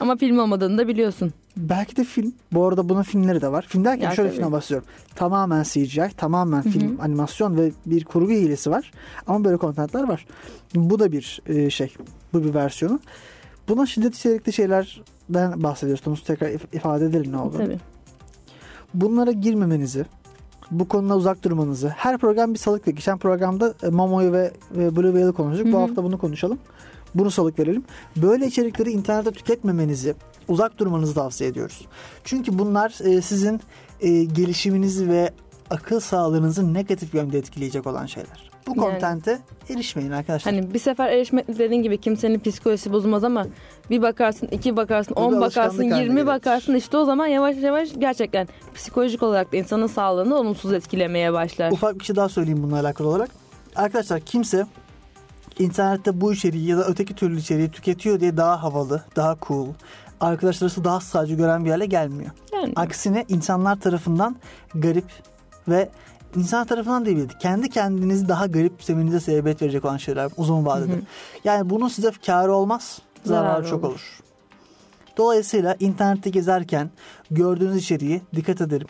[SPEAKER 4] Ama film olmadığını da biliyorsun.
[SPEAKER 3] Belki de film. Bu arada bunun filmleri de var. Film derken
[SPEAKER 4] Ya
[SPEAKER 3] şöyle
[SPEAKER 4] tabii.
[SPEAKER 3] filme basıyorum. Tamamen CGI, tamamen film, animasyon ve bir kurgu hilesi var. Ama böyle kontentler var. Bu da bir e, şey. Bu bir versiyonu. Buna şiddet içerikli şeylerden bahsediyoruz. Bunu tekrar if- ifade edelim ne olduğunu.
[SPEAKER 4] Tabii.
[SPEAKER 3] Bunlara girmemenizi, bu konuda uzak durmanızı. Her program bir salık ve geçen programda e, Momo'yu ve, ve Blue Whale'ı konuştuk. Bu
[SPEAKER 4] Hı hı.
[SPEAKER 3] hafta bunu konuşalım. Bunu salık verelim. Böyle içerikleri internette tüketmemenizi, uzak durmanızı tavsiye ediyoruz. Çünkü bunlar e, sizin e, gelişiminizi ve akıl sağlığınızı negatif yönde etkileyecek olan şeyler. Bu
[SPEAKER 4] Yani.
[SPEAKER 3] kontente erişmeyin arkadaşlar.
[SPEAKER 4] Hani bir sefer erişmek dediğin gibi kimsenin psikolojisi bozulmaz ama bir bakarsın, iki bakarsın,
[SPEAKER 3] Bu bir
[SPEAKER 4] on
[SPEAKER 3] alışkanlık
[SPEAKER 4] bakarsın,
[SPEAKER 3] haline
[SPEAKER 4] yirmi
[SPEAKER 3] gelir.
[SPEAKER 4] bakarsın işte o zaman yavaş yavaş gerçekten psikolojik olarak da insanın sağlığını olumsuz etkilemeye başlar.
[SPEAKER 3] Ufak bir şey daha söyleyeyim bununla alakalı olarak. Arkadaşlar kimse internette bu içeriği ya da öteki türlü içeriği tüketiyor diye daha havalı, daha cool, arkadaşlar arası daha sadece gören bir hale gelmiyor.
[SPEAKER 4] Yani
[SPEAKER 3] Aksine insanlar tarafından garip ve insan tarafından değil bildik. Kendi kendinizi daha garip seminize sebebiyet verecek olan şeyler uzun vadede. Yani bunun size karı olmaz, zararı
[SPEAKER 4] Zararı
[SPEAKER 3] çok
[SPEAKER 4] olur.
[SPEAKER 3] olur. Dolayısıyla internette gezerken gördüğünüz içeriği dikkat edelim.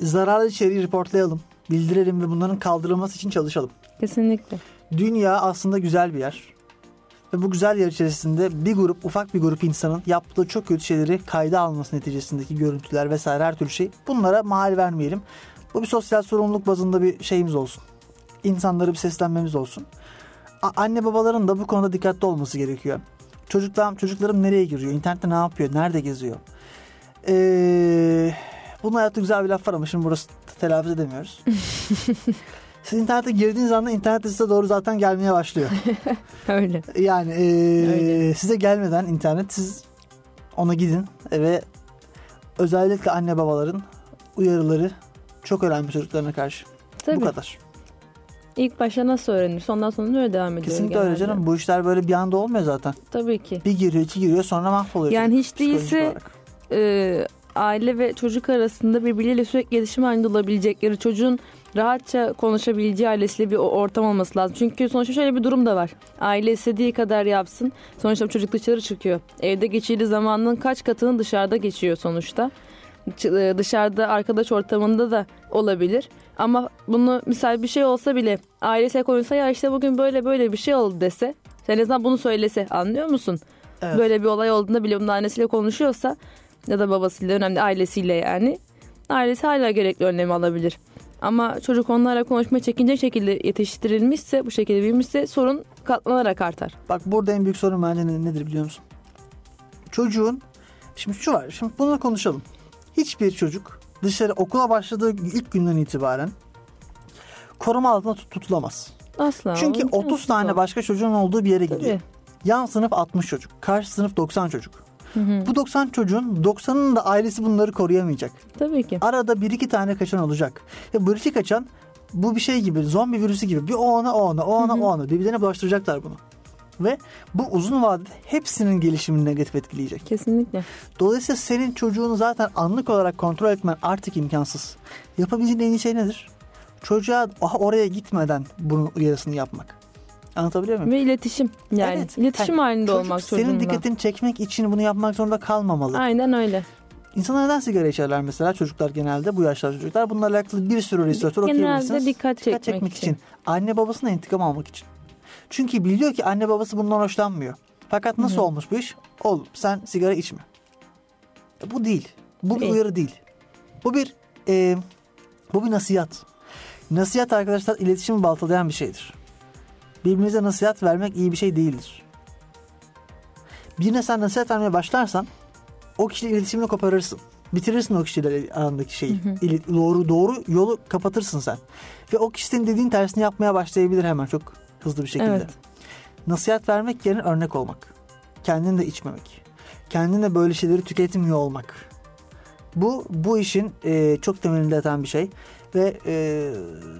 [SPEAKER 3] Zararlı içeriği reportlayalım, bildirelim ve bunların kaldırılması için çalışalım.
[SPEAKER 4] kesinlikle.
[SPEAKER 3] Dünya aslında güzel bir yer. Ve bu güzel yer içerisinde bir grup, ufak bir grup insanın yaptığı çok kötü şeyleri kayda alması neticesindeki görüntüler vesaire her türlü şey. Bunlara mahal vermeyelim. Bu bir sosyal sorumluluk bazında bir şeyimiz olsun. İnsanlara bir seslenmemiz olsun. A- anne babaların da bu konuda dikkatli olması gerekiyor. Çocuklarım, çocuklarım nereye giriyor? İnternette ne yapıyor? Nerede geziyor? Ee, bunun hayatta güzel bir laf var ama şimdi burası telaffuz edemiyoruz. Siz internete girdiğiniz anda internet de size doğru zaten gelmeye başlıyor.
[SPEAKER 4] Öyle.
[SPEAKER 3] Yani eee,
[SPEAKER 4] Öyle.
[SPEAKER 3] size gelmeden internet siz ona gidin ve özellikle anne babaların uyarıları çok önemli çocuklarına karşı.
[SPEAKER 4] Tabii.
[SPEAKER 3] Bu kadar.
[SPEAKER 4] İlk başta nasıl öğrenirse ondan sonra öyle devam ediyor.
[SPEAKER 3] Kesinlikle
[SPEAKER 4] genelde.
[SPEAKER 3] öyle canım. Bu işler böyle bir anda olmuyor zaten.
[SPEAKER 4] Tabii ki.
[SPEAKER 3] Bir giriyor iki giriyor sonra mahvoluyor.
[SPEAKER 4] Yani
[SPEAKER 3] çocuk
[SPEAKER 4] hiç
[SPEAKER 3] psikolojik
[SPEAKER 4] değilse-
[SPEAKER 3] olarak.
[SPEAKER 4] Ee, aile ve çocuk arasında birbirleriyle sürekli iletişim halinde olabilecekleri çocuğun rahatça konuşabileceği ailesiyle bir o- ortam olması lazım. Çünkü sonuçta şöyle bir durum da var. Aile istediği kadar yapsın. Sonuçta bu çocuk dışarı çıkıyor. Evde geçirdiği zamanın kaç katını dışarıda geçiyor sonuçta. Ç- e, Dışarıda arkadaş ortamında da olabilir. Ama bunu misal bir şey olsa bile ailesiyle konuşsa ya işte bugün böyle böyle bir şey oldu dese. En azından bunu söylese anlıyor musun?
[SPEAKER 3] Evet.
[SPEAKER 4] Böyle bir olay olduğunda bile bunun annesiyle konuşuyorsa ya da babasıyla önemli ailesiyle yani ailesi hala gerekli önlemi alabilir. Ama çocuk onlarla konuşma çekince şekilde yetiştirilmişse bu şekilde büyümüşse sorun katlanarak artar.
[SPEAKER 3] Bak burada en büyük sorun bence ne- nedir biliyor musun? Çocuğun şimdi şu var. Şimdi bunu konuşalım. Hiçbir çocuk dışarı okula başladığı ilk günden itibaren koruma altında tut- tutulamaz.
[SPEAKER 4] Asla.
[SPEAKER 3] Çünkü
[SPEAKER 4] olmaz.
[SPEAKER 3] 30 tane başka çocuğun olduğu bir yere gidiyor.
[SPEAKER 4] Tabii.
[SPEAKER 3] Yan sınıf 60 çocuk. Karşı sınıf 90 çocuk.
[SPEAKER 4] Hı hı.
[SPEAKER 3] Bu 90 çocuğun 90'ının da ailesi bunları koruyamayacak.
[SPEAKER 4] Tabii ki.
[SPEAKER 3] Arada bir iki tane kaçan olacak. Ve bu iki kaçan bu bir şey gibi zombi virüsü gibi bir o ona o ona o ona o ona birbirlerine bulaştıracaklar bunu. Ve bu uzun vadede hepsinin gelişimini negatif etkileyecek.
[SPEAKER 4] Kesinlikle.
[SPEAKER 3] Dolayısıyla senin çocuğunu zaten anlık olarak kontrol etmen artık imkansız. Yapabileceğin en iyi şey nedir? Çocuğa aha, oraya gitmeden bunun uyarısını yapmak. Anlatabiliyor muyum?
[SPEAKER 4] Ve iletişim yani.
[SPEAKER 3] Evet.
[SPEAKER 4] İletişim
[SPEAKER 3] Yani
[SPEAKER 4] halinde
[SPEAKER 3] Çocuk
[SPEAKER 4] olmak
[SPEAKER 3] senin
[SPEAKER 4] zorunda.
[SPEAKER 3] dikkatini çekmek için bunu yapmak zorunda kalmamalı.
[SPEAKER 4] Aynen öyle.
[SPEAKER 3] İnsanlar neden sigara içerler mesela çocuklar genelde bu yaşlarda çocuklar. Bununla alakalı bir sürü researcher okuyabilirsiniz.
[SPEAKER 4] Genelde dikkat çekmek,
[SPEAKER 3] Dikkat çekmek için. Anne babasına intikam almak için. Çünkü biliyor ki anne babası bundan hoşlanmıyor. Fakat nasıl olmuş bu iş? Oğlum sen sigara içme. E, Bu değil. Bu bir
[SPEAKER 4] Değil.
[SPEAKER 3] uyarı değil. Bu bir e, bu bir nasihat. Nasihat arkadaşlar iletişimi baltalayan bir şeydir. Birbirinize nasihat vermek iyi bir şey değildir. Birine sen nasihat vermeye başlarsan o kişiyle iletişimini koparırsın. Bitirirsin o kişiyle arandaki şeyi. İli- Doğru doğru yolu kapatırsın sen. Ve o kişi senin dediğin tersini yapmaya başlayabilir hemen çok hızlı bir şekilde.
[SPEAKER 4] Evet.
[SPEAKER 3] Nasihat vermek yerine örnek olmak. Kendini de içmemek. Kendini de böyle şeyleri tüketmiyor olmak. Bu bu işin e, çok temelinde yatan bir şey. Ve e,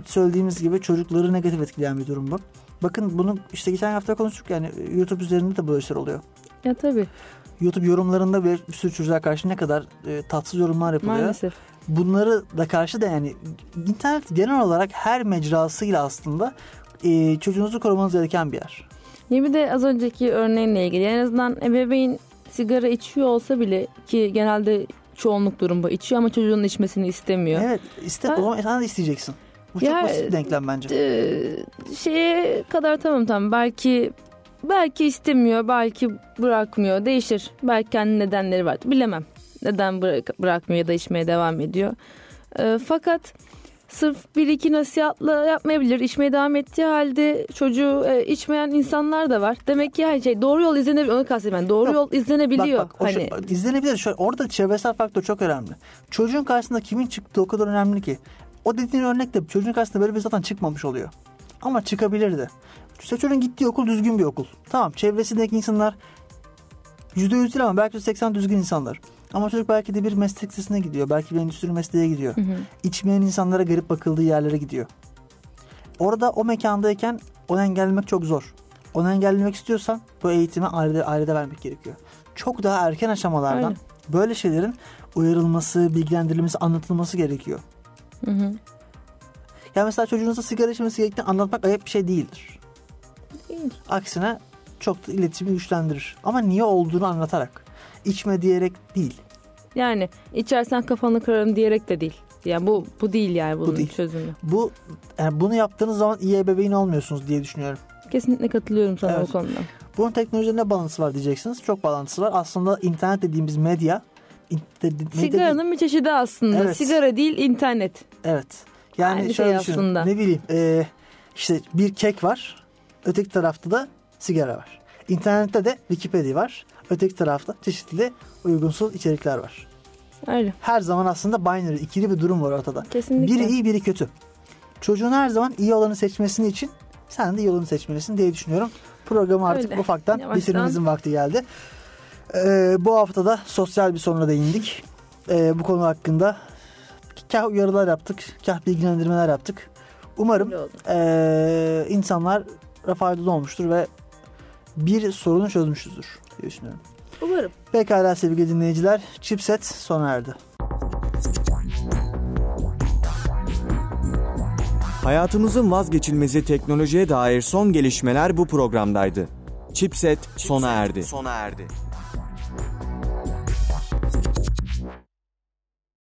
[SPEAKER 3] söylediğimiz gibi çocukları negatif etkileyen bir durum bu. Bakın bunu işte geçen hafta konuştuk yani e, YouTube üzerinde de böyle işler oluyor.
[SPEAKER 4] Ya tabii
[SPEAKER 3] YouTube yorumlarında bile bir sürü çocuğa karşı ne kadar e, tatsız yorumlar yapılıyor.
[SPEAKER 4] maalesef.
[SPEAKER 3] Bunları da karşı da yani internet genel olarak her mecrasıyla aslında e, çocuğunuzu korumanız gereken bir yer.
[SPEAKER 4] Ya bir de az önceki örneğinle ilgili en azından ebeveyn sigara içiyor olsa bile ki genelde çoğunluk durum bu içiyor ama çocuğun içmesini istemiyor.
[SPEAKER 3] Evet, iste
[SPEAKER 4] Ben-
[SPEAKER 3] o zaman sen de isteyeceksin. Bu
[SPEAKER 4] Ya- e,
[SPEAKER 3] çok basit bir denklem bence.
[SPEAKER 4] Ee, şeye kadar tamam tamam belki belki istemiyor belki bırakmıyor değişir belki kendi nedenleri var bilemem neden bırak- bırakmıyor ya da içmeye devam ediyor Ee, fakat sırf bir iki nasihatla yapmayabilir içmeye devam ettiği halde çocuğu e, içmeyen insanlar da var demek ki her şey doğru yol izlenebiliyor onu kastetmem doğru
[SPEAKER 3] Yok.
[SPEAKER 4] yol izlenebiliyor
[SPEAKER 3] Bak bak o şey-
[SPEAKER 4] hani
[SPEAKER 3] şu- izlenebilir. Şöyle, orada çevresel faktör çok önemli. Çocuğun karşısında kimin çıktığı o kadar önemli ki. O dediğin örnekte çocuğun karşısında böyle bir zaten çıkmamış oluyor. Ama çıkabilirdi. İşte çocuğun gittiği okul düzgün bir okul. Tamam çevresindeki insanlar %100 değil ama belki %80 düzgün insanlar. Ama çocuk belki de bir meslek lisesine gidiyor. Belki bir endüstri mesleğe gidiyor.
[SPEAKER 4] Hı hı.
[SPEAKER 3] İçmeyen insanlara garip bakıldığı yerlere gidiyor. Orada o mekandayken onu engellemek çok zor. Onu engellemek istiyorsan bu eğitimi ailede, ailede vermek gerekiyor. Çok daha erken aşamalardan
[SPEAKER 4] Aynen.
[SPEAKER 3] böyle şeylerin uyarılması, bilgilendirilmesi, anlatılması gerekiyor.
[SPEAKER 4] Hı hı.
[SPEAKER 3] Yani mesela çocuğunuza sigara içmesi gerektiğini anlatmak ayıp bir şey değildir.
[SPEAKER 4] Değil.
[SPEAKER 3] Aksine çok da iletişimi güçlendirir. Ama niye olduğunu anlatarak. içme diyerek değil.
[SPEAKER 4] yani içersen kafanı kırarım diyerek de değil yani bu bu değil yani bunun
[SPEAKER 3] değil.
[SPEAKER 4] çözümü
[SPEAKER 3] Bu yani bunu yaptığınız zaman iyi ebeveyn olmuyorsunuz diye düşünüyorum.
[SPEAKER 4] kesinlikle katılıyorum sana
[SPEAKER 3] Evet.
[SPEAKER 4] o konuda
[SPEAKER 3] Bunun teknolojide ne bağlantısı var diyeceksiniz. Çok bağlantısı var. Aslında internet dediğimiz medya. in- de- de- medya değil-
[SPEAKER 4] Sigaranın bir çeşidi aslında.
[SPEAKER 3] Evet.
[SPEAKER 4] Sigara değil internet.
[SPEAKER 3] Evet. Yani
[SPEAKER 4] Aynı şey
[SPEAKER 3] şöyle düşünün.
[SPEAKER 4] aslında.
[SPEAKER 3] Ne bileyim e, işte bir kek var. Öteki tarafta da sigara var. İnternette de Wikipedia var. Öteki tarafta çeşitli uygunsuz içerikler var.
[SPEAKER 4] Öyle.
[SPEAKER 3] Her zaman aslında binary ikili bir durum var ortada.
[SPEAKER 4] Kesinlikle.
[SPEAKER 3] Biri iyi biri kötü. Çocuğun her zaman iyi olanı seçmesini için sen de iyi olanı seçmelisin diye düşünüyorum. Programı artık
[SPEAKER 4] Öyle.
[SPEAKER 3] ufaktan
[SPEAKER 4] Yavaştan.
[SPEAKER 3] bitirimimizin vakti geldi. Ee, bu hafta da sosyal bir soruna değindik. Ee, bu konu hakkında kah uyarılar yaptık, kah bilgilendirmeler yaptık. Umarım
[SPEAKER 4] Öyle oldu.
[SPEAKER 3] ee, insanlar faydalı olmuştur ve bir sorunu çözmüşüzdür diye düşünüyorum.
[SPEAKER 4] Umarım.
[SPEAKER 3] Pekala sevgili dinleyiciler, Chipset sona erdi.
[SPEAKER 1] Hayatımızın vazgeçilmezi teknolojiye dair son gelişmeler bu programdaydı. Chipset sona erdi. Sona erdi.